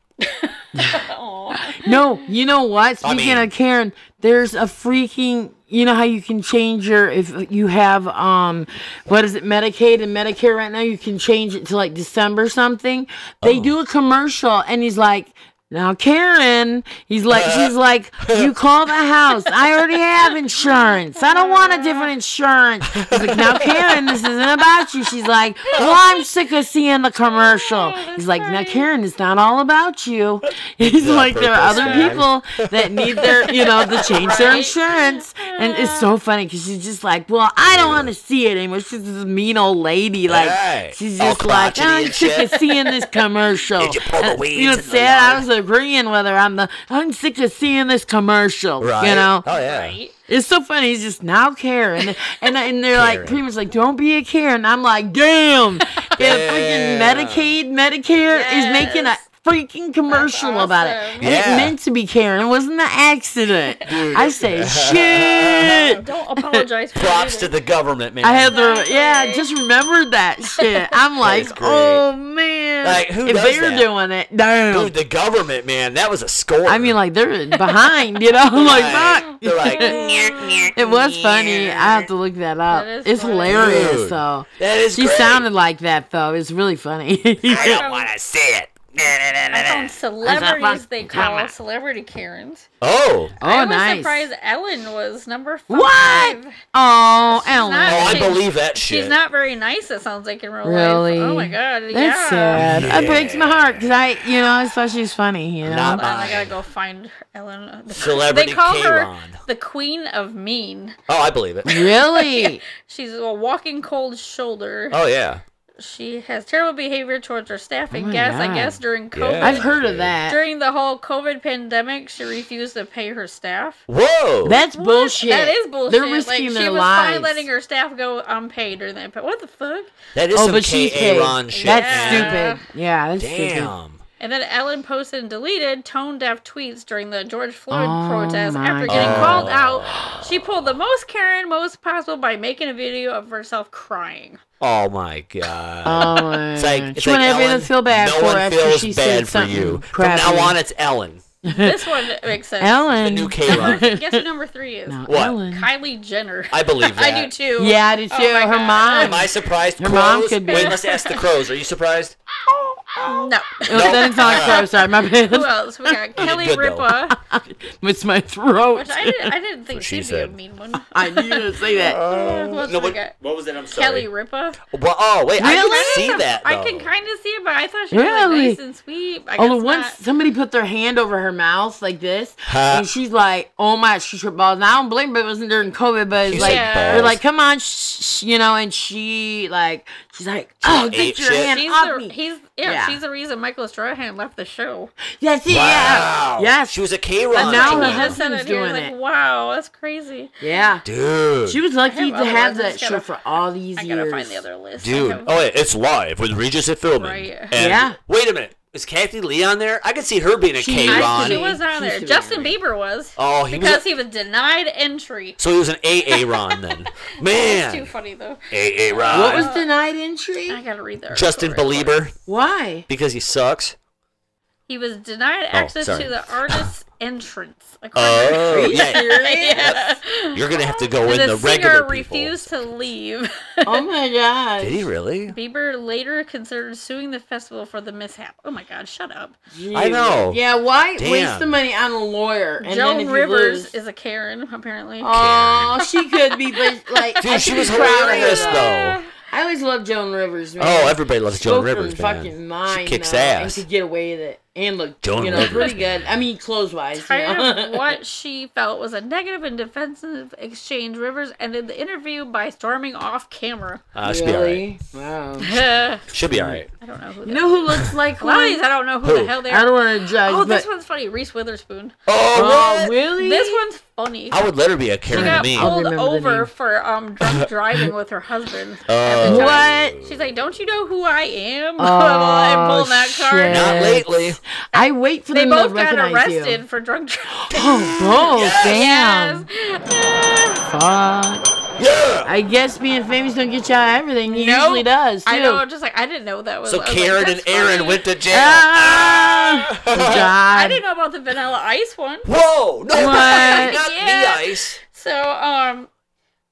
B: Aw.
D: No, you know what?
A: I
D: Speaking
A: mean-
D: of Karen, there's a freaking. You know how you can change your if you have um, what is it Medicaid and Medicare right now? You can change it to like December something. They
A: Oh.
D: do a commercial and he's like. Now Karen, he's like
A: Uh.
D: she's like,
A: *laughs*
D: you call the house. I already have insurance. I don't want a different insurance. He's like, now Karen, this isn't about you. She's like, well, I'm sick of seeing the commercial. He's like, now Karen, it's not all about
A: *laughs*
D: you. He's
A: on
D: like, there are
A: purpose,
D: other
A: man.
D: people people that need their, you know, to change their
B: Right.
D: insurance. And it's so funny because she's just like, well, I don't want to see it anymore. She's this mean old lady. Like,
A: Right.
D: she's
A: All
D: just like,
A: crotchety
D: I'm
A: and
D: sick
A: shit."
D: of
A: *laughs*
D: seeing this commercial.
A: Did you pull the
D: And,
A: weeds
D: You know,
A: in the
D: sad. I
A: yard?
D: was agreeing with her. I'm the, I'm sick of seeing this commercial.
A: Right.
D: You know,
A: Oh yeah.
B: Right.
D: it's so funny. He's just now Karen, and and they're like
A: Karen.
D: pretty much like, don't be a Karen. I'm
A: *laughs*
D: like, damn, the freaking
A: Yeah.
D: Medicaid, Medicare is making a
B: Yes.
D: freaking commercial about it.
B: awesome.
D: And it
A: Yeah.
D: meant to be Karen. It wasn't an accident. I say
A: *laughs*
D: shit.
B: Uh, Don't apologize. for
A: Props
B: it
A: to
B: either.
A: the government, man.
D: I had the yeah. I
B: Exactly.
D: Just remembered that shit. I'm like,
A: great.
D: oh man.
A: Like, who
D: if
A: does
D: they were
A: that?
D: doing it, damn.
A: Dude, the government, man. That was a score.
D: I mean, like they're behind. You know, *laughs* I'm like
A: Right.
D: fuck.
A: They're
D: *laughs*
A: like,
D: It was funny. I have to look that up.
B: That is
D: it's
B: funny.
D: hilarious
A: Dude,
D: though.
A: that is
D: She
A: great.
D: sounded like that though. It's really funny. *laughs*
A: I
B: *laughs*
A: don't want to see it. Nah, nah, nah,
B: I
A: nah, nah.
B: found celebrities they call celebrity Karens.
A: Oh.
D: oh,
B: I was
D: nice.
B: surprised Ellen was number five.
D: What? Oh, Ellen.
A: Oh, I
B: She's-
A: believe that shit.
B: She's not very nice. It sounds like in real
D: Really?
B: life. Oh my god. yeah.
D: That's sad. It breaks my heart because I, you know, I thought she was funny. You know.
A: Not-
B: Hold on, I gotta go find Ellen.
A: Celebrity
B: they call
A: Karen.
B: her the Queen of Mean.
A: Oh, I believe it.
B: *laughs*
D: really?
B: She's a walking cold shoulder.
A: Oh yeah.
B: She has terrible behavior towards her staff and
D: Oh my
B: guests. I
D: God.
B: guess during COVID.
A: Yeah.
D: I've heard of that.
B: during the whole COVID pandemic, she refused to pay her staff.
A: Whoa.
D: That's
B: What?
D: bullshit.
B: That is bullshit.
D: They're risking
B: like,
D: their
B: she was
D: lives.
B: fine letting her staff go unpaid during that. But what the fuck?
A: that is
D: oh,
A: some
D: but she's
A: K.A.
D: paid.
A: Ron shit.
D: That's
A: man.
B: man.
D: stupid. Yeah, that's stupid.
A: Damn.
B: And then Ellen posted and deleted tone deaf tweets during the George Floyd
D: Oh
B: protest
D: my
B: after getting
A: God.
B: called out. She pulled the most Karen most possible by making a video of herself crying.
A: Oh my god.
D: Oh,
A: It's like, it's
D: she
A: like
D: wanted everyone
A: Ellen,
D: to feel bad
A: no
D: for
A: one
D: her after
A: feels
D: she
A: bad
D: said
A: for
D: something
A: you.
D: crappy.
A: From now on, it's Ellen,
D: *laughs*
B: This one makes sense.
D: Ellen.
A: the new Kayla.
B: Guess who number three is?
D: Now,
A: What?
D: Ellen.
B: Kylie Jenner.
A: I believe that.
B: *laughs* I do too.
D: Yeah, *laughs* I did too.
B: Oh my
D: her
B: God.
A: Am
D: mom.
A: I surprised?
D: Your
A: crows?
D: mom could be.
A: Wait, let's ask the crows. Are you surprised?
D: *laughs*
B: No.
D: Oh, that didn't
B: *laughs*
D: sound like crow. Sorry, my
B: Who
D: bad.
B: else? We got Kelly
A: good, though.
B: Ripa,
D: It's my throat.
B: which I didn't,
A: *laughs*
B: I didn't think
A: she
B: she'd
A: said.
B: be a
A: *laughs*
B: mean one. Uh,
D: I knew you to
B: *laughs*
D: say that.
B: who else
A: no,
B: we
A: what,
B: got?
A: what was that? I'm sorry.
B: *laughs* Kelly Ripa.
A: Well, oh, wait, I
D: Really?
A: can see that.
B: I
A: though.
B: can kind of see it, but I thought she was like,
D: Really?
B: nice and sweet. I
D: *laughs* Although
B: guess
D: once
B: not.
D: somebody put their hand over her mouth like this,
A: Huh.
D: and she's like, "Oh my, she tripped balls." And I don't blame her. It wasn't during COVID, but it's
A: She's
D: like
B: like
D: they're
A: balls.
D: like, "Come on," sh- sh-, you know. And she like, she's like, "Oh,
A: ate
D: get your
A: shit.
D: hand
B: She's
D: off
B: the,
D: me."
B: he's yeah,
D: Yeah.
B: she's the reason Michael Strahan left the show.
D: yes, yeah,
A: Wow.
D: yes.
A: She was a K Ron.
D: And now
B: Like,
D: her
B: I just said
D: husband's
B: it here,
D: doing
B: like,
D: it.
B: Wow, that's crazy. *laughs*
D: yeah.
A: Dude.
D: She was
B: have
D: lucky to
B: other
D: have
B: ones. I
D: that
B: just
D: show
B: gotta-
D: for all these
B: I gotta
D: years.
B: find the other list. I
A: Dude.
B: have-
A: Oh, wait, it's live with Regis at filming.
B: Right.
D: Yeah.
A: Wait a minute. Is Kathy Lee on there? I could see her being a
D: She-
A: K
D: I
B: I,
A: Ron.
B: she
D: Ronnie.
B: was not there.
D: She used to be
B: Justin
D: on
B: Bieber was.
A: Oh, he was
B: because
A: a-
B: he was denied entry.
A: So he was an AA Ron
D: *laughs*
A: then.
B: It's too
A: Man.
B: funny though.
A: AA Ron.
D: What was denied entry?
B: I gotta read that.
A: Justin Belieber
D: Why?
A: because he sucks.
B: He was denied access
A: Oh, sorry.
B: to the artist's entrance. according to- *laughs*
A: Oh, yeah.
B: yeah.
A: You're going to have to go in
B: The,
A: the regular
B: singer
A: people.
B: refused to leave. *laughs*
D: Oh my gosh.
A: Did he really?
B: Bieber later considered suing the festival for the mishap. Oh my god, shut up.
A: I know.
D: Yeah, why waste
A: Damn.
D: the money on a lawyer? And then
B: Joan
D: if you
B: Rivers
D: lose-
B: is a Karen, apparently.
D: Oh, she could
B: *laughs*
D: be, but like, I
A: Dude, she
D: could
A: was
D: be proud of her.
A: hilarious, though.
D: I always loved Joan Rivers. Man.
A: Oh, everybody loves Joan
D: Spoke her
A: Rivers,
D: fucking
A: man.
D: mind,
A: she kicks
D: though,
A: ass.
D: and could get away with it, and look,
A: Joan
D: you know,
A: Rivers,
D: pretty good. I mean, clothes wise, you
B: Tired of
D: *laughs*
A: *laughs*
D: know.
B: what she felt was a negative and defensive exchange, Rivers ended the interview by storming off camera. *laughs*
A: Uh, she'll be all right.
D: really? Wow.
B: Uh,
A: She'll be all right.
B: I don't know who.
D: You
B: That
D: know who looks like
B: A lot of these
D: one?
B: I don't know who, the
A: Who?
B: hell they
D: I
B: are.
D: don't want to judge,
B: Oh,
D: but
B: this one's funny. Reese Witherspoon.
A: Oh,
D: oh,
A: what?
D: really?
B: This one's funny.
A: I would let her be a
B: She
A: Karen to
B: got
A: me.
D: I'll
B: pulled
D: remember the name.
B: over for um drunk driving with her husband.
D: Uh,
A: Oh.
D: What?
B: She's like, "Don't you know who I am?" *laughs*
D: Oh,
B: and pulling that card.
D: shit.
A: Not
D: Yes.
A: lately.
D: I wait for
B: They
D: them
B: both
D: to
B: got
D: recognize
B: arrested
D: you.
B: for
D: *gasps*
B: drunk driving.
D: *laughs* Oh, bro, damn.
B: Yes.
D: Fuck.
A: Yeah.
D: I guess being famous don't get you out of everything. It
B: No,
D: usually does, too.
B: *sighs* I know. Just like I didn't know that was.
A: So
B: I was like,
A: Karen and
B: "That's
A: Aaron
B: funny."
A: went to jail.
D: Ah!
B: *laughs* I
D: God.
B: didn't know about the Vanilla Ice one.
A: Whoa! No, not
B: Yeah.
A: the ice,
B: So um,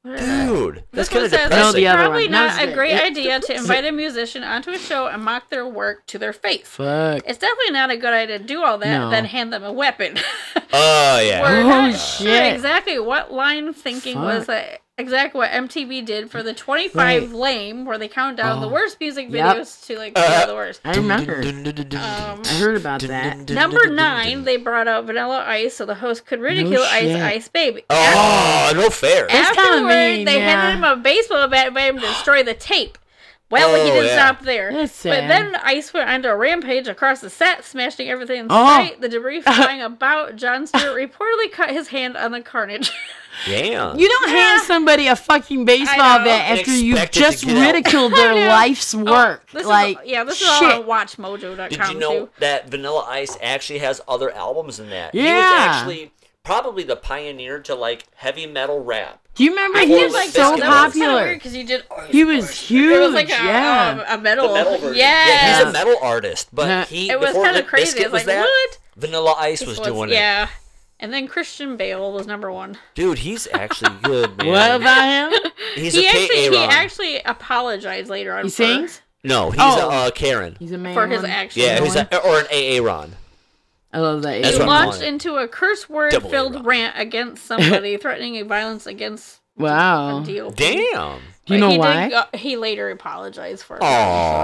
A: dude. *sighs* That's
B: This
A: kind
B: one
A: of
B: says
A: depressing.
D: No, the
B: it's
D: other
B: probably
D: one. No,
B: not
D: it's
B: a
D: good.
B: great
D: It's
A: *laughs*
B: idea to invite a musician onto a show and mock their work to their face.
D: Fuck.
B: It's definitely not a good idea to do all that
D: No.
B: and then hand them a weapon. *laughs*
A: Oh yeah.
B: We're
D: Oh,
B: not sure
D: shit.
B: exactly what line of thinking was
D: Fuck.
B: that exactly what MTV did for the 25
D: Right.
B: lame where they count down the
D: Oh.
B: worst music
D: Yep.
B: videos to like
A: Uh,
B: you know, the worst.
D: *laughs* I remember.
B: Um,
D: I heard about that.
B: Number nine, they brought out Vanilla Ice so the host could ridicule Ice
D: shit.
B: Ice Baby.
A: Oh, no fair.
D: That's kinda
B: Afterward,
D: mean,
B: they
D: yeah.
B: handed him a baseball bat and made him destroy the tape. Well, he
A: Oh,
B: didn't
A: yeah.
B: stop there.
D: That's
B: But
D: sad.
B: then Ice went onto a rampage across the set, smashing everything in
D: Oh.
B: sight, the
D: *laughs*
B: debris flying about. John Stewart reportedly cut his hand on the carnage.
A: Damn.
D: You don't hand somebody a fucking baseball
B: know.
D: bat
A: And
D: after you've
A: expect it to
D: just
A: get out.
B: *laughs*
D: ridiculed their
B: know. Oh,
D: life's work.
B: This
D: like,
B: is, yeah, this
D: shit.
B: is all on WatchMojo.com.
A: Did you
B: too.
A: know that Vanilla Ice actually has other albums than that? He was
D: Yeah.
A: actually probably the pioneer to like heavy metal rap.
D: Do you remember
B: I
D: he
A: did
D: was
A: like
D: so
A: that. That was
D: popular?
B: because you did.
D: he was huge.
B: It was like a,
D: yeah.
B: um, a metal.
A: The metal version.
B: Yes.
A: Yeah, he's a metal artist,
D: Yeah.
A: but he
B: it was
A: before
B: kind of
A: Limp
B: crazy.
A: Bizkit
B: It's
A: was
B: like
A: that,
B: what?
A: Vanilla Ice was
B: This was-
A: doing it.
B: Yeah. And then Christian Bale was number one.
A: Dude, he's actually good,
D: *laughs*
A: man.
D: what about him?
A: he's
B: he
A: a
B: actually he
A: K-A-Ron.
B: actually apologized later on.
D: He
B: for,
D: sings?
A: No, he's a
D: Oh.
A: uh, Karen.
D: *laughs* He's a man.
B: for his
D: one.
B: actions.
A: Yeah, he's a, or an A-A-Ron.
D: I love that.
A: That's
B: He
A: what I'm
B: launched
A: calling it.
B: into a curse word
A: Double A
B: filled
A: rock.
B: rant against somebody, *laughs* threatening a violence against
D: wow.
B: a deal.
A: Damn.
D: Do Oh. you know
B: he did
D: why?
B: go- he later apologized for it.
A: Aw,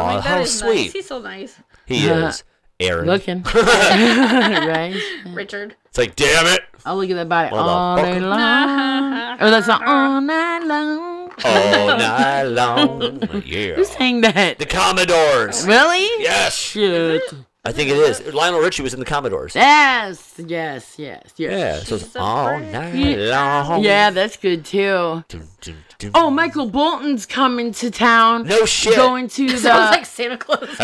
B: So, like, that
A: how
B: is Nice.
A: sweet.
B: He's so nice,
A: He
D: Uh,
A: is. Aaron.
D: Looking.
A: *laughs*
D: *laughs* right? *laughs*
B: Richard.
A: It's like, damn it.
D: I'll look at that body all day
A: Motherfucker.
D: long. Oh, that's not all night long.
A: All night long. Yeah.
D: Who sang that?
A: The Commodores.
D: *laughs* Really?
A: Yes.
D: Shit.
A: I think it is. Lionel Richie was in the Commodores.
D: Yes, yes, yes, yes.
A: Yeah. So it's
B: She's a
A: all
B: friend.
A: night
D: Yeah.
A: long.
D: Yeah, that's good too.
A: Dun, dun, dun.
D: Oh, Michael Bolton's coming to town.
A: No shit.
D: Going to the.
B: Sounds like Santa Claus.
D: *laughs*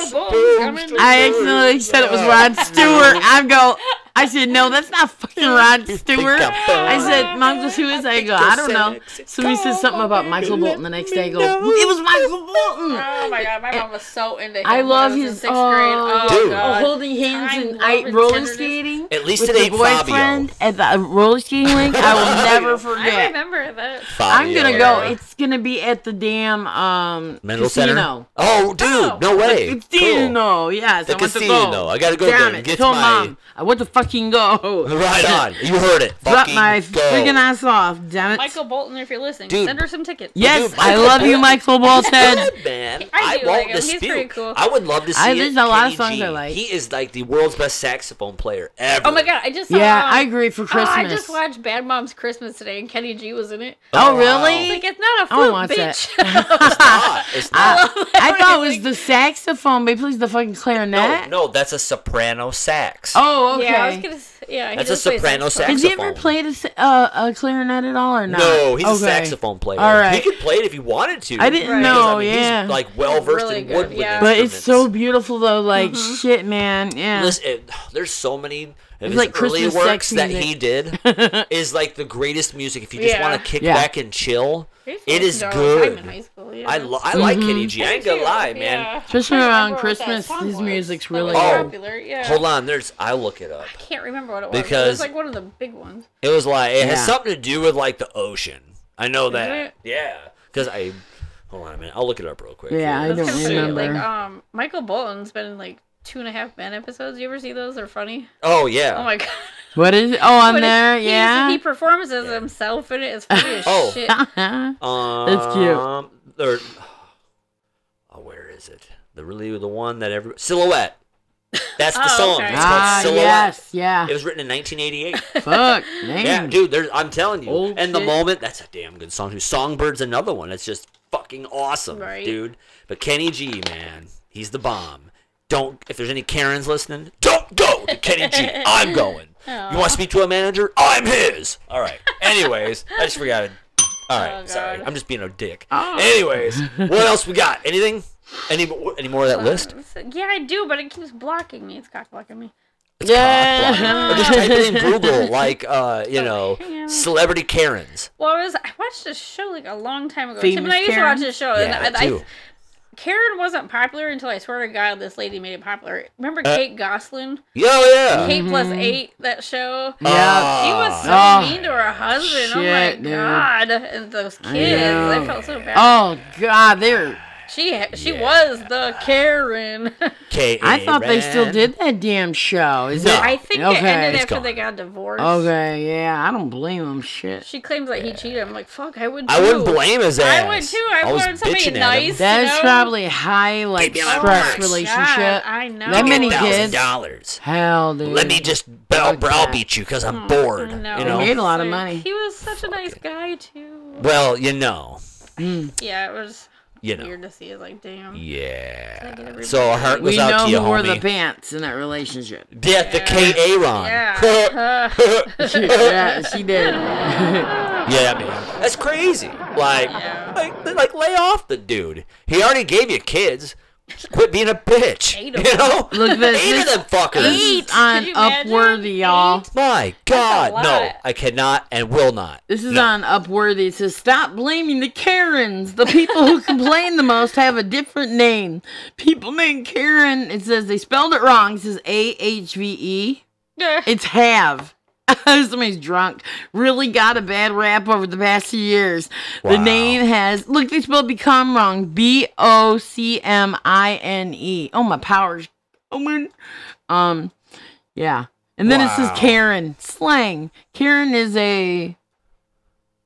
D: I accidentally said it was Rod Stewart. I go. I said no, that's not fucking Rod Stewart. I said, Mom, just who is? that?" I go. I don't know. So he said something about Michael Bolton. The next day, I go. It was Michael Bolton.
B: Oh my god, my mom was so into him.
D: I
B: when
D: love
B: was in
D: his-
B: sixth
D: oh,
B: grade. Oh,
A: Dude.
D: Oh,
B: God.
D: holding hands
B: I
D: and
B: love
D: I,
B: his
D: roller
B: tenderness.
D: skating.
A: At least
D: with
A: it
D: the
A: ain't
D: boyfriend
A: Fabio.
D: at the roller skating rink. I will
B: *laughs*
D: never forget.
B: I remember that.
D: I'm
A: Fabio.
D: gonna go. It's gonna be at the damn um
A: Mental
D: casino.
A: Center. Oh, dude.
B: Oh.
A: No way.
D: The
A: Cool.
D: casino, yes.
A: The
D: I want to
A: casino.
D: go.
A: I gotta go
D: Damn
A: there and
D: it.
A: get
D: Told
A: my-
D: mom I want to fucking go.
A: *laughs* Right on. You heard it.
D: Drop
A: Fucking
D: my
A: go.
D: freaking ass off. Damn it.
B: Michael Bolton, if you're listening,
A: Dude.
B: send her some tickets.
D: yes,
A: Dude,
D: I
A: Michael
D: love you,
A: Bolton. *laughs*
D: Michael Bolton.
A: good, man.
B: I
A: I,
B: do like
A: won't
B: him. He's
A: dispute.
B: pretty cool.
A: I would love to see
D: I-
A: it.
D: there's a lot
A: Kenny
D: of songs
A: G.
D: I like.
A: He is like the world's best saxophone player ever.
B: Oh my god, I just saw,
D: yeah,
B: um,
D: I agree for
B: Oh,
D: Christmas.
B: I just watched Bad Moms Christmas today, and Kenny G was in it.
D: Oh,
B: It's
D: really?
B: like it's not a
D: I don't
B: flute,
D: want
B: bitch. *laughs*
D: *laughs*
A: Ah, it's not.
D: Uh, I thought it was the saxophone, but please the fucking clarinet.
A: No, no, that's a soprano sax.
D: Oh, okay.
B: Yeah, I was gonna. s- Yeah, he
A: That's
B: does
A: a
B: play
A: soprano
D: Has he ever
A: saxophone.
D: played a, s- uh, a clarinet at all or not?
A: No, he's a
D: Okay.
A: saxophone player.
D: All right.
A: He could play it if he wanted to.
D: I didn't
B: Right.
D: know.
A: I mean,
D: yeah.
A: He's like well versed
B: Really
A: in
B: good,
A: woodwind.
B: yeah.
D: But it's so
A: instruments.
D: beautiful though, like shit, man. Yeah.
A: Listen, it- there's so many of his
D: was like
A: early
D: Christmas
A: works
D: sex
A: that
D: music.
A: he
D: *laughs*
A: did is like the greatest music. If you just
B: Yeah.
A: want to kick
D: Yeah.
A: back and chill, it is
B: i
A: good.
B: school, yeah.
A: I, lo-
D: Mm-hmm.
A: I like Kenny G. I ain't gonna
B: too,
A: lie, man.
B: yeah.
D: Especially
B: I don't
D: around
B: remember what that
D: Christmas,
B: song
D: his
B: was.
D: music's
B: That was
D: really
A: Oh.
B: popular. Yeah.
A: Hold on, there's. I'll look it up.
B: I can't remember what it was. but it
A: Because-
B: was like one of the big ones.
A: It was like it has
D: Yeah.
A: something to do with like the ocean. I know
B: it?
A: that. Yeah, because I hold on a minute. I'll look it up real quick.
D: Yeah,
A: here.
D: I don't
B: It's kinda
D: remember.
B: Like um, Michael Bolton's been in like two and a half men episodes. You ever see those? They're funny.
A: Oh yeah.
B: Oh my god.
D: *laughs* What is it? Oh, on
B: But it-
D: there,
B: he's-
D: yeah. *laughs*
B: He performs as himself in it. It's funny as
A: *laughs* Oh.
B: shit.
A: Um,
D: That's cute.
A: Or, oh, where is it? The really the one that every silhouette. That's the
B: Oh,
A: song.
B: okay.
A: It's called
D: ah,
A: Silhouette.
D: yes, yeah.
A: It was written in 1988.
D: *laughs* Fuck,
A: yeah,
D: damn. *laughs*
A: dude. There's, I'm telling you.
D: Old
A: and the
D: shit.
A: moment that's a damn good song. Who Songbird's another one. It's just fucking awesome,
B: Right.
A: dude. But Kenny G, man, he's the bomb. Don't if there's any Karens listening, don't go to Kenny
B: *laughs*
A: G. I'm going. You want to speak to a manager? I'm his. All right. Anyways, I just forgot. All right,
B: Oh,
A: sorry.
B: God.
A: I'm just being a dick.
D: Oh. *laughs*
A: Anyways, what else we got? Anything? Any any more of that list?
B: Yeah, I do, but it keeps blocking me. It's cock blocking me.
D: yeah.
A: Or just type it in Google, like uh, you know,
B: hang on.
A: celebrity Karens.
B: Well, I was I watched a show like a long time ago. Tim
D: Famous
B: and I used
D: Karen?
B: to watch this show,
A: Yeah,
B: and
A: that
B: I,
A: too.
B: I, Karen wasn't popular until I swear to God, this lady made it popular. Remember
A: Uh,
B: Kate Gosselin?
A: Yo, yeah.
B: Kate plus
D: Mm-hmm.
B: eight, that show.
D: yeah.
B: She
A: Ah.
B: was so
D: Oh.
B: mean to her husband.
D: Shit,
B: oh
D: dude.
B: my god! And those kids,
D: know.
B: I felt so bad.
D: Oh God, they're.
B: She ha- she
A: Yeah.
B: was the Karen. *laughs*
A: K.
D: I thought they still did that damn show. Is
A: No.
D: it?
B: I think it
D: Okay.
B: ended
A: It's
B: after
A: gone.
B: they got divorced.
D: Okay, yeah, I don't blame them. Shit.
B: She claims that he cheated. I'm like, fuck, I would. Too.
A: I wouldn't blame his ass.
B: I would too. I,
A: was
B: wanted somebody
A: bitching at him.
B: nice.
D: That is
B: you know?
D: probably a high like
A: Give me my
D: stress
A: box.
D: relationship.
B: God, I know.
D: That many
B: Get
A: Thousand
D: kids.
A: dollars.
D: Hell, dude.
A: Let me just brow- browbeat you because
D: Hmm,
A: I'm bored.
B: No.
A: You
D: They made
A: know.
D: a lot of
B: Like,
D: money.
B: He was such a nice guy too.
A: Well, you know.
B: Yeah, it was
A: You know.
B: weird to see. It's like, damn.
A: Yeah.
B: everybody.
A: So our heart goes
D: we
A: out
D: know
A: to you,
D: who were
A: homie.
D: the pants in that relationship.
A: Death the K. Aaron.
B: Yeah.
D: yeah, *laughs* she did.
A: *laughs*
D: *laughs*
A: Yeah, man. That's crazy. Like, like, like, lay off the dude. He already gave you kids. Just quit being a bitch.
B: Eight
A: *laughs*
B: of
A: you know?
D: Look, this-
A: Eight of
D: this-
A: them fuckers.
D: This is on
B: Could you imagine?
D: Upworthy, y'all.
B: Eight?
A: My
B: That's a
A: God, no,
B: lot. I
A: I cannot and will not.
D: This is on Upworthy. It says, Stop blaming the Karens. The people who complain the most have a different name. People named Karen, it says they spelled it wrong. It says A H V E.
B: Yeah.
D: It's have. *laughs* Somebody's drunk. Really got a bad rap over the past few years. The
A: Wow.
D: name has look. They spelled become wrong. B O C M I N E. Oh my powers. Oh my. Um, yeah. And then it says
A: Wow.
D: Karen slang. Karen is a.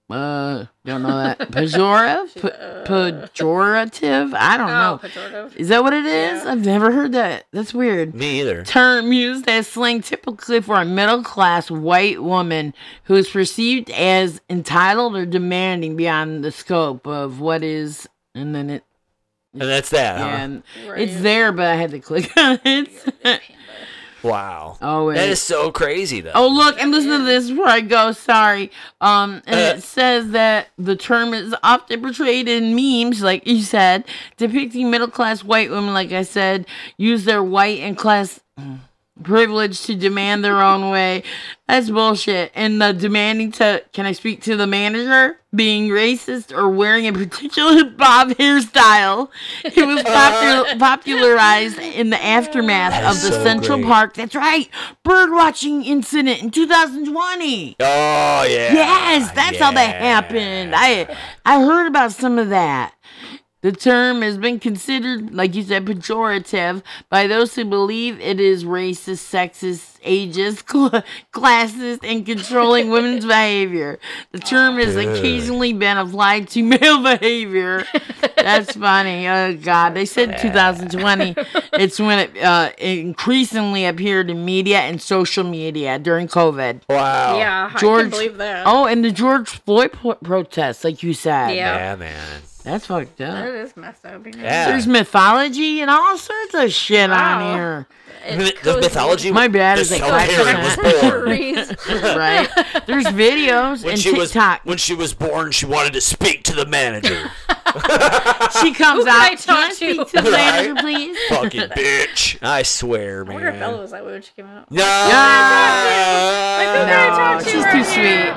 D: Uh, don't know
A: *laughs*
D: that pejorative. P- pejorative. I
B: *laughs* Oh,
D: don't know.
B: pejorative.
D: Is that what it is? I've never heard that. That's weird
A: Me
D: *laughs*
A: either.
D: term used as slang typically for a middle class white woman who is perceived as entitled or demanding beyond the scope of what is and then it
A: And that's that, huh?
D: and it's
B: Right.
D: there but I had to click on it. *laughs*
A: Wow.
D: Oh,
A: that
D: it-
A: is so crazy, though.
D: oh look and listen to this before I go, sorry. Um and
A: Uh.
D: it says that the term is often portrayed in memes, like you said, depicting middle class white women, like I said, use their white and class privilege to demand their own way. That's bullshit. And the demanding to can I speak to the manager being racist or wearing a particular *laughs* bob hairstyle. It
A: Uh,
D: was popular, popularized in the aftermath of
A: is
D: the
A: so
D: Central
A: great.
D: Park. That's right. Bird watching incident in 2020.
A: Oh, yeah.
D: Yes, that's how that
A: Yeah.
D: happened. I I heard about some of that. The term has been considered, like you said, pejorative by those who believe it is racist, sexist, ageist, *laughs* cl- classist, and
A: *laughs*
D: controlling women's behavior. The
A: Oh,
D: term has occasionally been applied to *laughs* male behavior. That's funny. Oh God, they said 2020.
A: *laughs*
D: It's when it uh, increasingly appeared in media and social media during COVID.
A: Wow.
B: Yeah, I
D: George-
B: can believe that.
D: Oh, and the George Floyd pro- protests, like you said.
B: Yeah.
A: Yeah, man.
D: That's fucked
B: That
D: up.
B: is messed up. you know?
A: Yeah.
D: There's mythology and all sorts of shit
B: Wow. *laughs*
D: on here.
B: It
A: The- the
B: goes-
A: mythology.
D: My bad
A: The
D: is like
A: cell
D: five
A: Karen was
D: percent. *laughs*
A: born.
B: Freeze.
D: Right? There's videos
A: When
D: and
A: she was
D: TikTok.
A: when she was born, she wanted to speak to the manager.
D: *laughs* she comes
B: Who can I *laughs*
D: out. Can I
B: talk
D: speak
B: to?"
D: to the
A: Right?
D: manager, please?
A: Fucking bitch. Witch. I swear,
B: *laughs* I
A: man.
B: wonder if Bella was like, we would check him out.
A: No.
B: Like, who gonna
D: No,
B: talk to you
D: she's
B: right
D: too
B: here?
D: sweet.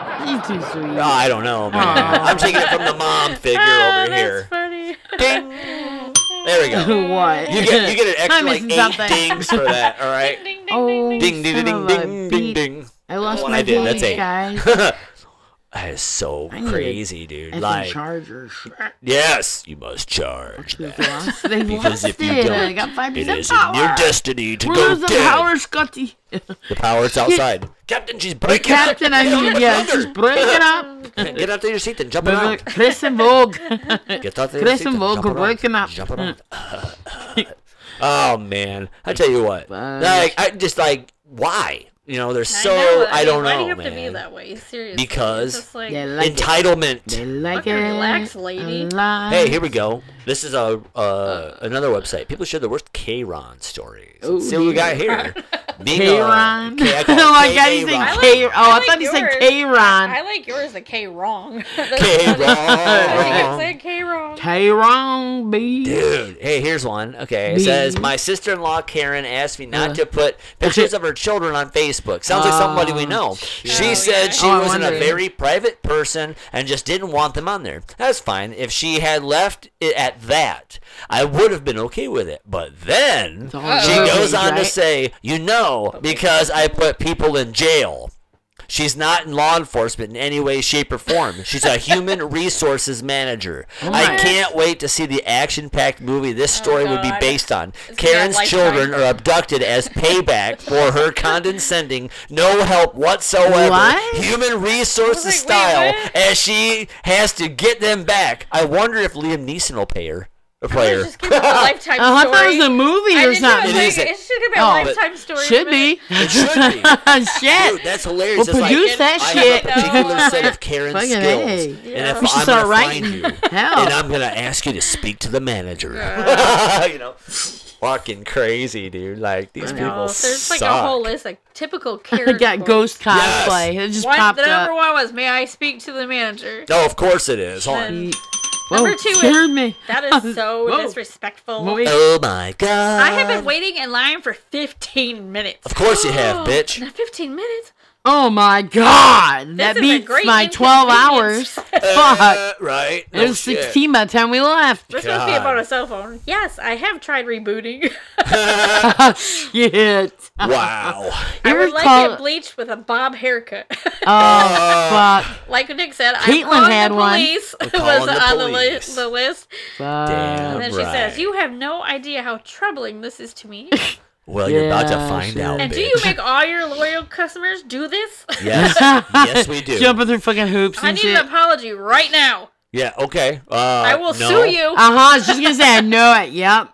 D: She's too sweet.
A: No, Oh, I don't know, man.
D: Aw.
A: I'm taking it from the mom figure
B: Oh,
A: over
B: that's
A: here.
B: funny.
A: Ding. There we go.
D: *laughs* what?
A: You get you get an extra
D: I'm
A: like
D: missing
A: eight
D: something.
A: dings for that. All right.
D: *laughs*
B: Ding, ding, ding.
D: Oh,
A: ding ding
D: son
A: ding
D: of
A: ding
D: a
A: ding
D: beat.
A: ding.
D: I lost
A: Well,
D: my
A: I did, that's
D: point,
A: eight. *laughs*
D: guys.
A: That is so
D: need a
A: crazy, dude.
D: Effing
A: Like,
D: Chargers.
A: yes, you must charge.
D: They lost. They
A: Because
D: lost
A: if you
D: it.
A: don't,
D: I got five
A: It
D: percent
A: is in
D: power.
A: your destiny to
D: We're
A: go
D: losing
A: down.
D: power, Scotty.
A: The power's outside. Captain, she's breaking up. *laughs*
D: Captain, I mean, yeah, she's breaking up.
A: Get out of your seat and jump
D: Remember
A: around.
D: Chris and Vogue.
A: Get out of your
D: Chris
A: seat
D: and
A: and
D: Vogue
A: jump
D: are
A: around.
D: waking up. Mm.
A: Jump around. *laughs* oh man, I tell you what.
D: Fuck.
A: Like, I just like why? You know, there's so
B: know,
A: I, don't
B: mean,
A: know,
B: Why do you have
A: man.
B: to be that way? Seriously. It's
A: Because-
B: just like,
D: They like it.
A: Entitlement.
D: They like it.
B: Fucking relax, lady.
D: Relax.
A: Hey, here we go. This is a uh, another website. People share the worst K-Ron stories.
D: Oh,
A: See what we got here. Being a-
D: *laughs* K-Ron.
A: K- I
D: oh
A: call it
D: my god, you
A: K-Ron.
D: said K. Oh,
B: I
D: I
B: like
D: thought you said
B: yours. I
D: K-Ron.
B: like yours, the K wrong. *laughs* I
A: K-Ron.
B: said K wrong.
D: K-Ron, B.
A: Dude, hey, here's one. Okay, it
D: Me. Uh.
A: says my sister-in-law Karen asked me not to
D: *laughs*
A: put pictures of her children on Facebook. Sounds like somebody we know. She
B: Oh,
A: said
B: yeah.
A: she
D: Oh, I
A: wasn't a
D: wonder.
A: very private person and just didn't want them on there. That's fine. If she had left it at that, I would have been okay with it. But then
D: all
A: she
D: over
A: goes
D: you,
A: on to
D: right?
A: say, "You know, because I put people in jail." She's not in law enforcement in any way, shape, or form. She's a
D: *laughs*
A: human resources manager. I
D: Oh my. Oh
A: can't wait to see the action packed movie this story would be
B: God.
A: based on.
B: gonna be a
A: Karen's
B: lifetime.
A: children are abducted as payback for
D: *laughs*
A: her condescending, no help whatsoever,
D: What?
A: human resources
B: wait,
A: style
B: what?
A: as she has to get them back. I wonder if Liam Neeson will pay her. Play her.
B: Just
A: *laughs*
B: give it a lifetime
D: Oh, I
B: story.
D: thought it was a movie
B: I
D: or
B: just thought
D: something.
A: It
B: It,
A: is
B: was
A: a-
B: like, it should be a
D: Oh, but
B: lifetime story.
D: Should
B: but-
D: be. *laughs* Oh,
A: It should be. Dude,
D: Shit.
A: that's hilarious.
D: Well,
A: It's like-
D: produce that
A: I have
D: shit.
A: a particular
B: No.
A: set
D: *laughs*
A: of Karen
D: Fucking
A: skills,
D: A.
A: and if
D: We should
A: I'm
D: start
A: gonna
D: writing.
A: find you,
D: Hell.
B: Oh.
A: and I'm gonna ask you to speak to the manager. *laughs* you know, fucking crazy, dude. Like these people
B: No, there's
A: suck.
B: like a whole list, like typical character.
D: *laughs* I got ghost cosplay. It just
B: One,
D: popped
B: the number
D: up.
B: one was, may I speak to the manager?
A: No, Oh, of course it is. Hold on.
B: And
D: Whoa,
B: Number two is-
D: Oh, scared me.
B: that
D: *laughs*
B: is so
D: Whoa.
B: disrespectful.
D: Wait.
A: Oh my god.
B: I have been waiting in line for 15 minutes.
A: Of course you have, bitch.
B: Not 15 minutes?
D: Oh my god! That
B: is a
D: beats
B: great
D: my
B: *laughs*
D: 12 hours.
B: inconvenience.
D: Fuck!
A: Uh, right.
D: It was 16 by the time we
B: *laughs*
D: left. *laughs*
B: We're supposed to be
A: God.
B: about a cell phone. Yes, I have tried rebooting. *laughs*
D: Shit.
A: *laughs* Wow.
B: I
D: You
B: would like
D: recall-
B: it bleached with a bob haircut. *laughs*
A: Uh,
D: Oh, fuck.
B: like Nick said,
D: Caitlin
B: I called
D: had
B: the
D: one.
B: police.
A: calling
B: *laughs* was
A: the
B: on the, li-
A: police.
B: the list.
D: Fuck.
A: Damn
B: And then she
A: right.
B: says, You have no idea how troubling this is to
D: *laughs*
B: me.
A: well, you're about to
D: Yeah,
A: find
D: sure.
A: out,
B: and
A: bitch.
B: do you make all your loyal customers
A: *laughs*
B: do this?
A: yes.
B: *laughs*
A: yes, we
D: *laughs*
A: do.
D: Jumping through fucking hoops
B: I
D: and
B: need
D: shit.
B: an apology right now.
A: Yeah. Okay. Uh,
B: I will
A: no.
B: sue you.
D: Uh huh. I was just gonna say I know it. Yep.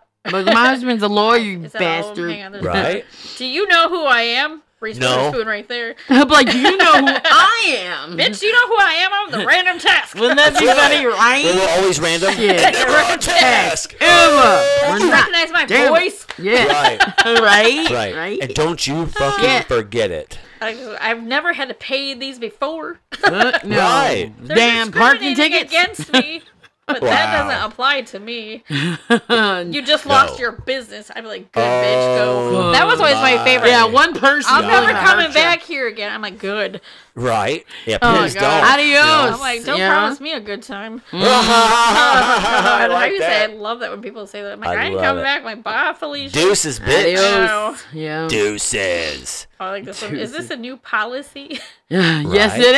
B: *laughs*
D: But my husband's a lawyer, you
B: Is that all of them? "Oh, Hang
D: bastard.
B: on,
D: *laughs*
B: there's- *laughs*
A: Right.
B: Do you know who I am? Reese
A: No.
B: Witherspoon right there.
D: I'm like, do you
B: *laughs*
D: know who I am?
B: Bitch, you know who I am?
A: *laughs*
B: I'm the random task.
D: Wouldn't that
B: *laughs*
D: be funny,
A: We
D: right?
A: were always random.
D: Shit.
A: *laughs* And never on task.
D: Ever.
B: Don't
D: We're
B: you *laughs*
D: not.
B: recognize my
D: Damn.
B: voice?
D: Yeah. *laughs*
A: Right.
D: Right.
A: Right. And don't you fucking
D: Yeah.
A: forget it.
B: I just, I've never had to pay these before.
D: Uh,
B: *laughs*
D: no.
A: Right.
B: They're
D: *laughs* Damn
B: discriminating
D: parking tickets.
B: against me. But that
A: Wow.
B: doesn't apply to me.
D: yeah, *laughs*
B: You just lost
A: No. Oh,
B: your business. I'd be like, good bitch, go. That was always my
A: my.
B: favorite.
D: one person.
B: I'm never
D: would've
B: coming
D: hurt
B: back here again. I'm like, good.
A: Right. Yeah.
D: Oh,
A: Please
D: God.
A: don't.
D: Adios.
A: *laughs*
B: I'm like, don't
D: Yeah.
B: promise me a good
D: *laughs*
B: time. *laughs*
A: I
B: God, how
A: like
B: you say I
A: that.
B: love that when people say that. I'm like,
A: I
B: I, ain't
A: love
B: coming
A: it.
B: back. I'm like, bye, Felicia.
A: Deuces,
D: you.
A: bitch.
D: Adios. Yeah.
A: Deuces.
B: I like this one. Is this a new policy? *laughs*
D: Yes, it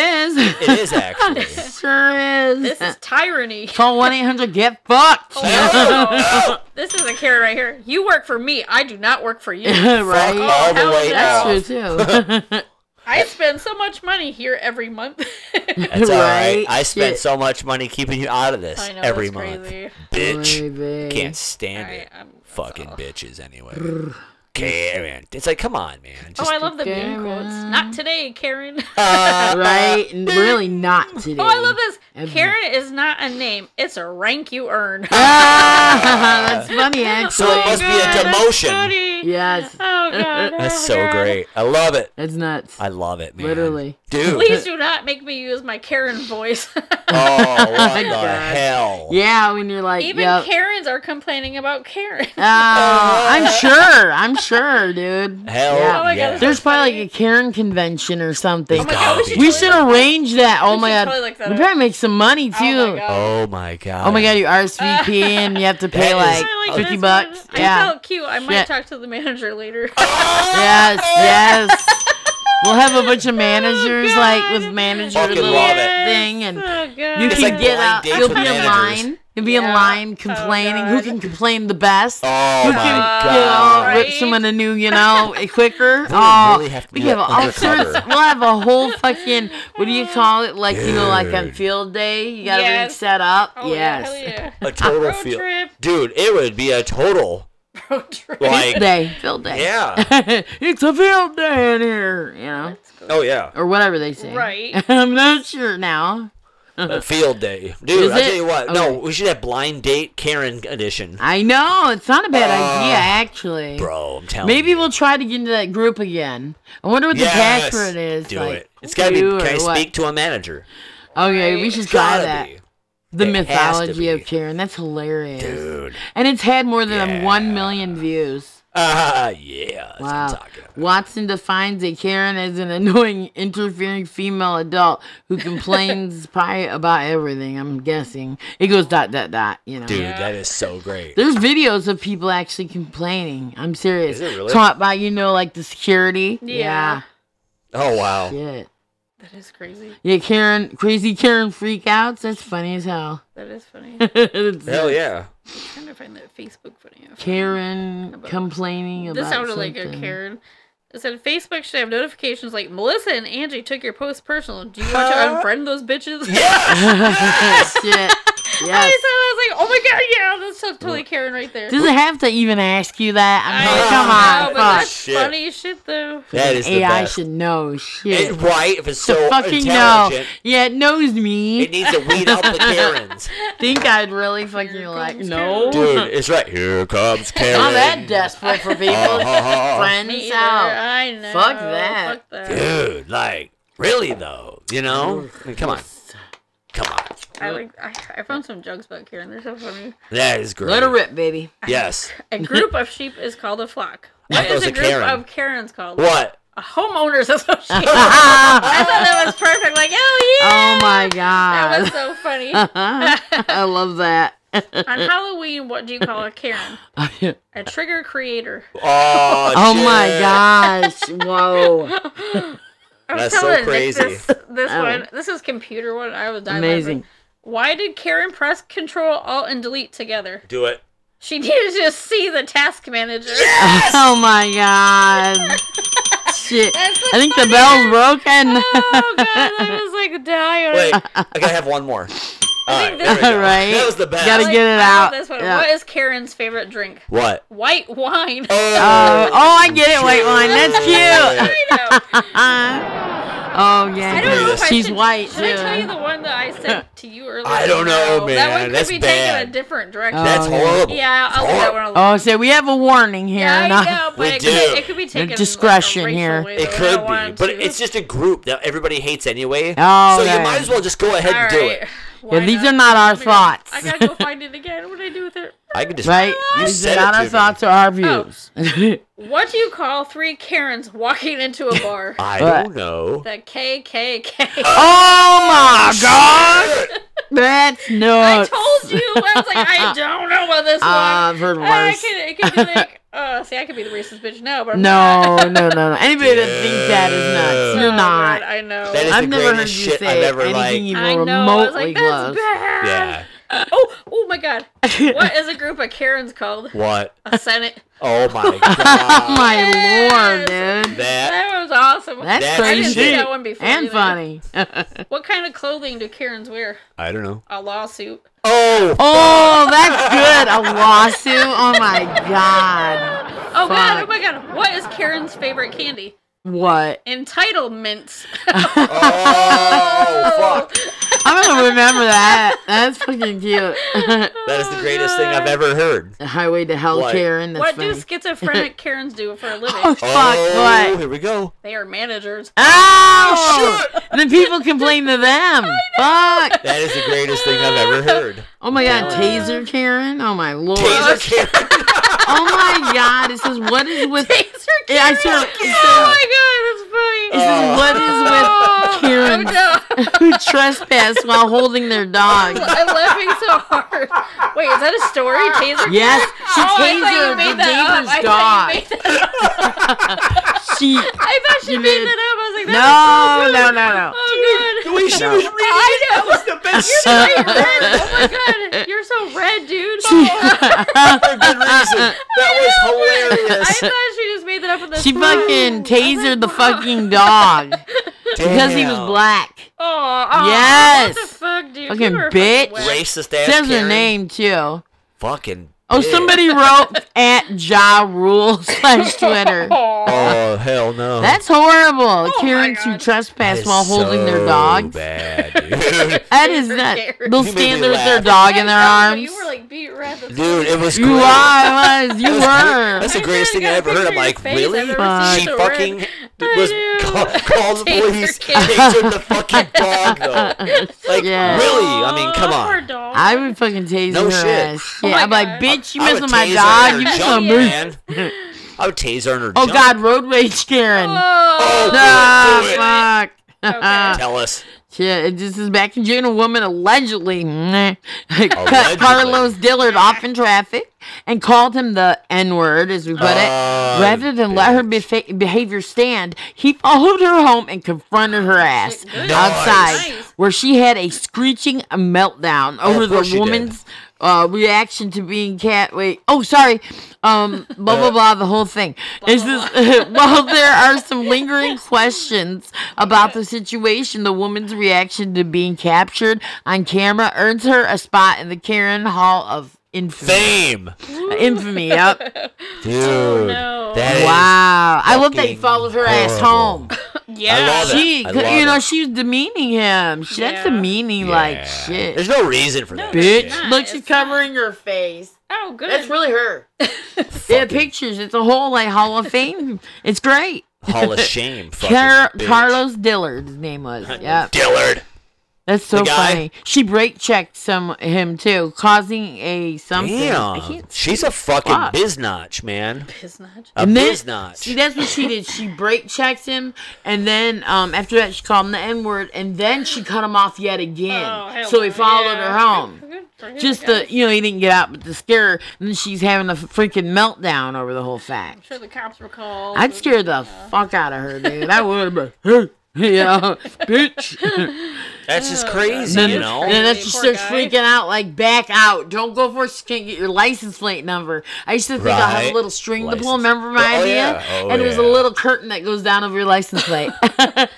D: *laughs* is.
A: It is actually.
D: sure is.
B: this is
D: *laughs*
B: tyranny.
D: Call one eight hundred. Get fucked.
B: Oh, *laughs* this is a Karen right here. You work for me. I do not work for
D: *laughs*
B: you.
A: Fuck
D: *laughs* right.
A: all the
B: Oh, hell
A: way
B: no.
A: off. *laughs*
D: That's true *laughs* too.
B: I spend so much money here every month. *laughs*
A: That's all right.
D: Right?
A: I spent
D: Shit.
A: so much money keeping you out of this
B: I know
A: every
B: that's
A: month,
B: crazy.
A: bitch.
D: Baby.
A: Can't stand
B: Alright,
A: it.
B: I'm- that's
A: Fucking bitches, anyway. Karen, it's like, come on, man.
B: Oh,
A: Just,
B: I love the meme quotes. Not today, Karen.
D: Right? N- Really not today.
B: Oh, I love this.
D: Ever.
B: Karen is not a name. It's a rank you
A: *laughs*
B: earn.
D: Ah, that's funny,
A: so
B: *laughs*
A: *laughs* uh,
D: actually.
A: it must be a
B: Oh God, that's
A: demotion.
B: funny.
D: Yes.
B: Oh Oh god.
A: That's
B: oh,
A: so
B: God.
A: great. I love it.
D: It's nuts.
A: I love it, man.
D: Literally.
A: Dude.
B: Please do not make me use my Karen voice. *laughs*
D: *laughs*
A: Oh, what the
D: God.
A: hell?
D: yeah, when you're like,
B: Even
D: yep.
B: Karens are complaining about Karen.
A: *laughs*
B: *laughs*
D: Oh, I'm sure. I'm sure, dude.
A: Hell
D: Yeah.
B: Oh my God,
A: yeah.
B: that's
D: There's probably like a Karen convention or something.
B: Oh my god, we should,
D: we
B: totally
D: should
B: look-
D: arrange that. Oh
B: we
D: my
B: should
D: god,
B: totally look that
D: we
B: up.
D: probably make some money too.
A: Oh
B: Oh my god.
A: my god.
D: Oh my god,
B: *laughs*
D: you RSVP and you have to pay
A: That
D: like
A: is-
B: I like
D: fifty
B: this
D: bucks.
B: one. I
D: yeah.
B: felt cute. I might
D: Shit.
B: talk to the
A: *laughs*
B: manager later.
D: Yes.
B: *laughs*
D: Yes. we'll have a bunch of managers like with
B: Oh, God.
D: manager
A: Fucking
D: little
A: love it.
D: thing, and
B: oh god.
D: you
A: It's
D: can
A: like
D: get
A: blind
D: out.
A: dates
D: You'll
A: with
D: be in
A: managers.
D: line. You'll be in
B: Yeah.
D: line
B: Oh,
D: complaining. Who
B: God.
D: can complain the best?
A: Oh
D: Who
A: my
D: can *laughs* you know,
A: god.
D: rip someone a new, you know, eh, quicker?
A: Uh, *laughs* We
D: Oh,
A: really have to
D: we
A: do
D: have
A: it
D: all sorts.
A: undercover.
D: We'll have a whole fucking what do you call it? Like you know, like on
A: Dude.
D: field day, you got everything
B: Yes.
D: set up.
B: Oh, yeah,
D: yes.
B: hell *laughs*
A: A total
B: Road
A: field.
B: trip.
A: Dude, it would be a total
B: yeah. Road trip.
A: like
D: day, field day.
A: Yeah.
D: *laughs* it's a field day in here, you know,
A: Oh
D: *laughs*
A: yeah.
D: or whatever they say.
B: Right.
D: *laughs* I'm not sure now.
A: A field day. Dude,
D: Uh-huh. Is
A: I'll
D: it?
A: tell you what. No,
D: Okay.
A: we should have blind date Karen edition.
D: I know it's not a bad
A: Uh,
D: idea, actually.
A: Bro, I'm telling
D: Maybe
A: you.
D: we'll try to get into that group again. I wonder what
A: Yes.
D: the password is.
A: Do
D: like,
A: it. It's gotta be
D: who
A: can I
D: or what.
A: speak to a manager?
D: Okay, we
B: Right.
D: should try
A: Gotta
D: that.
A: be.
D: The
A: It has to
D: mythology
A: be.
D: of Karen. That's hilarious.
A: Dude. *laughs*
D: And it's had more than
A: Yeah.
D: 1 million views.
A: Ah yeah. That's what I'm
D: Wow.
A: talking about.
D: Watson defines a Karen as an annoying, interfering female adult
A: *laughs*
D: who complains probably about everything, I'm guessing. It goes dot, dot, dot, you know.
A: Dude, that is so great.
D: There's videos of people actually complaining. I'm serious.
A: Is it really?
D: Taught by, you know, like the security.
B: Yeah.
A: Oh wow.
D: Shit.
B: That is crazy.
D: Yeah, Karen, crazy Karen freakouts. That's funny as hell. *laughs*
B: That is funny.
D: It's-
A: Hell yeah.
B: trying to find that Facebook video.
D: Karen complaining about
B: This sounded like a
D: something.
B: Karen. It said Facebook should have notifications like Melissa and Angie took your post personal. Do you want to unfriend those bitches?
D: Shit.
B: *laughs* I
D: Yes.
B: said I was like, oh my god, yeah, that's so totally Karen right there.
D: Does it have to even ask you
B: I
D: that?
B: know,
D: I mean,
B: but
D: come on,
B: that's
D: fuck.
A: Shit.
B: funny shit though.
A: *laughs* That is the
D: AI
A: best.
D: should know shit.
A: It, right, if it's
D: to
A: so
D: *laughs* fucking know.
A: intelligent,
D: Yeah, it knows me.
A: it needs to weed out the Karens.
D: *laughs* Think I'd really fucking like no.
A: Dude, it's right. Here
D: *laughs*
A: comes Karen.
D: I'm that desperate for people.
B: Me
A: Uh-huh.
D: Friends
B: either.
D: out.
B: I know.
D: Fuck that.
B: Fuck that.
A: Dude, like, really though, you know? I mean, come on. Come on.
B: I like. I, I found some jokes about Karen. They're so funny.
A: That is great.
D: Let her rip, baby.
A: Yes. *laughs*
B: A group of sheep is called a flock.
A: I
B: What
A: thought it
B: is
A: was
B: a
A: a
B: group
A: Karen.
B: of Karens called?
A: What?
B: A homeowners *laughs*
A: *laughs*
B: association. I thought that was perfect. Like, oh yeah.
D: Oh my
B: *laughs* That was
D: god.
B: so
A: *laughs*
B: funny.
D: *laughs* I
B: *laughs*
D: love that.
B: On Halloween, what do you call a Karen? A trigger creator.
A: Oh,
D: *laughs* oh my
A: shit.
D: gosh. Whoa.
B: I was
A: That's so
B: telling Nick
A: crazy. Oh.
B: This, this one, this is computer one. I was dying laughing.
D: Amazing.
B: Why did Karen press Control Alt and Delete together?
A: Do it.
B: She *laughs* needed to just see the task
A: *laughs*
B: manager.
D: *laughs* Oh my
B: *laughs*
D: god. Shit.
B: That's the
D: I think the bell's broken. *laughs*
B: oh god, I was like dying.
A: Wait, I gotta have one more. All right,
B: this-
A: there we go.
D: Right?
A: That was the best.
D: Gotta
B: Like,
D: get it
B: I love
D: out.
B: This one.
D: Yeah.
B: What is Karen's favorite drink?
A: What?
B: White wine. *laughs*
D: Uh, oh, I get it, white wine. That's cute.
B: I know.
D: Oh
B: I
D: yeah,
B: don't know if I
D: she's
B: should,
D: white
B: Should I tell you
D: too.
B: the one that I
D: *laughs*
B: sent to you earlier?
A: I don't know,
B: No, That
A: man.
B: one could
A: That's
B: be
A: bad.
B: taken a different direction.
A: That's
D: Oh, yeah.
A: horrible.
B: yeah, I'll leave that one alone.
D: Oh, so we have a warning here.
B: Yeah, I
D: not-
B: know, but
A: We
B: it
A: do.
B: could, it could be taken
D: discretion
B: like, a
D: here.
B: racial way,
A: It
B: though. I
A: could
B: don't
A: be,
B: want
A: but
B: to.
A: it's just a group that everybody hates anyway.
D: Oh,
A: so
D: yeah.
A: you might as well just go ahead
B: All
A: and do
B: right.
A: it.
B: Why
D: Yeah, these
B: not?
D: are not our
B: Oh my God.
D: thoughts.
B: I gotta go find it again. What did I do with it?
A: I could just
D: *laughs* Right?
A: You
D: These
A: said
D: are
A: it
D: not
A: to
D: our
A: me.
D: thoughts or
B: Oh.
D: our views. *laughs*
B: What do you call three Karens walking into
A: *laughs*
B: a bar?
A: I
D: But-
A: don't know.
B: the KKK.
D: oh my god, that's
B: I
D: nuts.
B: told you. I was like,
D: *laughs*
B: I don't know about this one.
D: Uh, I've heard
B: And I
D: worse.
B: could, it could be
D: *laughs*
B: like, oh, see, I could be the racist bitch now, but I'm
D: No, no, no, no. Anybody that thinks that is nuts.
A: Dude.
D: You're
B: *laughs* Oh,
D: not.
B: God, I know.
A: That is
D: I've
A: the
D: never heard
A: greatest
D: you
A: shit
D: say
A: I've ever
D: anything
A: like.
D: even
B: I
D: remotely
B: know. I was like, that's
D: close.
B: bad.
A: *laughs* Yeah.
B: Oh, oh my God. What is a group of Karens called?
A: What?
B: A
D: *laughs*
B: Senate.
A: Oh my god.
D: Oh *laughs* my
B: Yes.
D: lord, dude.
A: that
B: That was awesome.
D: That's,
A: That's
B: I didn't
D: crazy
B: see that one before.
D: and
B: either.
D: funny.
B: What kind of clothing do Karens wear?
A: I don't know.
B: A lawsuit.
A: Oh,
D: *laughs* Oh, that's good. A lawsuit. Oh my god.
B: Oh god, oh
D: Fuck.
B: my god. What is Karen's favorite candy?
D: What? *laughs* Oh,
B: Entitlements.
A: oh fuck.
D: I'm gonna remember that. That's fucking cute. *laughs*
A: That is the greatest thing I've ever heard.
D: Highway to Hell,
A: Like-
D: Karen. That's
B: *laughs* What
D: funny.
B: do schizophrenic Karens do for a living?
D: *laughs* oh fuck!
A: oh,
D: What?
A: here we go.
B: They are managers. *laughs*
D: Oh, The people complain to them. Fuck!
A: That is the greatest thing I've ever heard.
D: Oh my god, taser Karen. *laughs* Oh my lord.
A: Taser Karen.
D: Oh my god. It says what is with?
B: Taser
D: Yeah, I
B: Karen.
D: saw. It
B: Oh
D: says,
B: my
D: it
B: god, that's funny.
D: says, what *laughs* is with Karen
B: Oh, no.
D: Oh. who trespass while holding their dog?
B: I'm laughing so hard. Wait, is that a story? Taser?
D: Yes, she
B: Oh, I thought you
D: tasered the
B: made that up.
D: neighbor's
B: I thought
D: dog.
B: you made that up.
D: She.
B: I thought she
D: You
B: made
D: did.
B: that up. I was like, that
D: No,
B: was so
D: no, no,
B: rude.
D: no.
B: Oh god.
A: way *laughs* she
D: *laughs* No.
A: was reading
B: I
A: it, that
B: know.
A: was the best
B: Wait,
D: *laughs*
B: red. Oh my god, you're so red, dude. Oh,
A: for a
D: *laughs*
A: good reason. That was
B: I
A: hilarious.
B: thought she just made that up in the
D: She fucking tasered the fucking dog because he was
A: Damn.
D: black.
B: Oh, oh
D: Yes.
B: What the fuck, dude?
D: Fucking
B: You are
D: bitch.
B: whack.
A: Racist ass.
D: Says her
A: Karen.
D: name too.
A: Fucking.
D: Oh,
A: bitch.
D: somebody wrote at Ja Rule *laughs*
B: *laughs*
D: slash Twitter.
A: Oh hell no.
D: That's horrible. Karens
B: Oh God.
D: who trespass
A: That is
D: while holding
A: so
D: their dogs.
A: Bad,
D: *laughs*
A: dude.
D: That is
B: Super
D: not.
B: Karen.
D: They'll
A: You made
D: stand
A: me
D: there with their
A: laugh.
D: dog in their
B: Yeah, but oh,
D: arms.
B: You were like beat red. That's
A: dude, it was.
D: You
A: great.
D: are. I
A: *laughs*
D: was. You
A: That was great.
D: were.
A: That's the
B: I
A: greatest thing
B: literally
A: I ever
B: got a
A: heard. I'm
B: picture of
A: like,
B: your face.
A: really?
B: I've never
A: She
B: seen so
A: fucking
B: red.
A: was
B: I know. *laughs*
A: called call the
B: Taser
A: police.
B: Karen.
A: Tasered the
B: *laughs*
A: fucking dog
D: *laughs*
A: though. Like
D: Yeah.
A: really? I mean, come
B: Poor
A: on.
B: dog.
D: I would fucking tase
A: No
D: her
A: shit.
D: ass. Yeah,
B: Oh my
D: I'm like,
B: God.
D: bitch, you
A: I would
D: missing my
A: tase her
D: dog.
A: and
D: You
A: her
D: missing
A: jump,
D: my moose.
A: man. I would taser her.
D: Oh
A: jump.
D: God, road rage,
B: Oh,
D: Karen. *laughs* Ah,
A: do it.
D: fuck. *laughs* Uh.
B: Okay.
A: Tell us.
D: Yeah, it just is back in June. A woman allegedly *laughs* meh,
A: Allegedly.
D: cut Carlos Dillard off in traffic and called him the N word, as we put
A: Oh,
D: it. Rather than let her befa- behavior stand, he followed her home and confronted her ass
B: Good.
D: outside,
B: Nice.
D: where she had a screeching meltdown over
A: Oh, of course she did.
D: the woman's uh, reaction to being cat. Wait, oh sorry, um, blah
A: Uh,
D: blah blah. The whole thing is this. *laughs* while there are some
B: *laughs*
D: lingering questions about the situation, the woman's reaction to being captured on camera earns her a spot in the Karen Hall of Infamy.
A: Fame,
B: *laughs*
D: Infamy. Yep.
A: dude.
B: Oh, no.
A: that is-
D: Wow. I love that
A: fucking
D: you followed her ass
A: horrible.
D: home.
B: yeah.
A: I love it.
D: She,
A: I
D: could-
A: love
D: you know,
A: it.
D: she was demeaning him. She,
B: Yeah.
D: That's demeaning, like
A: Yeah.
D: shit.
A: There's no reason for that.
D: Bitch,
A: shit.
D: look, she's
B: it's not.
D: covering her face.
B: Oh, good.
D: That's
B: *laughs*
D: really her. they have pictures. It's a whole like Hall of Fame. It's great.
A: Hall
D: *laughs*
A: of shame. fucking
D: Car-
A: bitch.
D: Carlos Dillard's name was. Yeah,
A: Dillard.
D: that's so
A: The guy?
D: funny. She brake checked some him too, causing a something. I
A: Damn.
D: can't-
A: She's a fucking
D: Fuck.
A: biznotch, man.
B: Piss nudge.
A: A
D: And then-
A: biznotch.
D: See, that's what she did. She brake checked him, and then um, after that, she called him the N word, and then she cut him off yet again.
B: Oh, hell
D: so he
B: no.
D: followed
B: Yeah.
D: her home.
B: Good for him,
D: Just
B: I
D: the
B: guess.
D: you know he didn't get out, but the scare, and then she's having a freaking meltdown over the whole fact.
B: I'm sure the cops were called.
D: I'd scare the fuck out of her, dude. I would, but *laughs* hey, yeah, *laughs* bitch.
B: *laughs*
A: That's just crazy,
D: then,
A: you
D: and
A: know?
D: then she
B: Poor
D: starts
B: guy.
D: freaking out, like back out. Don't go for it. She can't get your license plate number. I used to think I'll have a
A: Right.
D: little string to pull.
A: License.
D: Remember my
A: Oh,
D: idea?
A: yeah. Oh,
D: and it was a
A: yeah.
D: little curtain that goes down over your license
A: *laughs*
D: plate.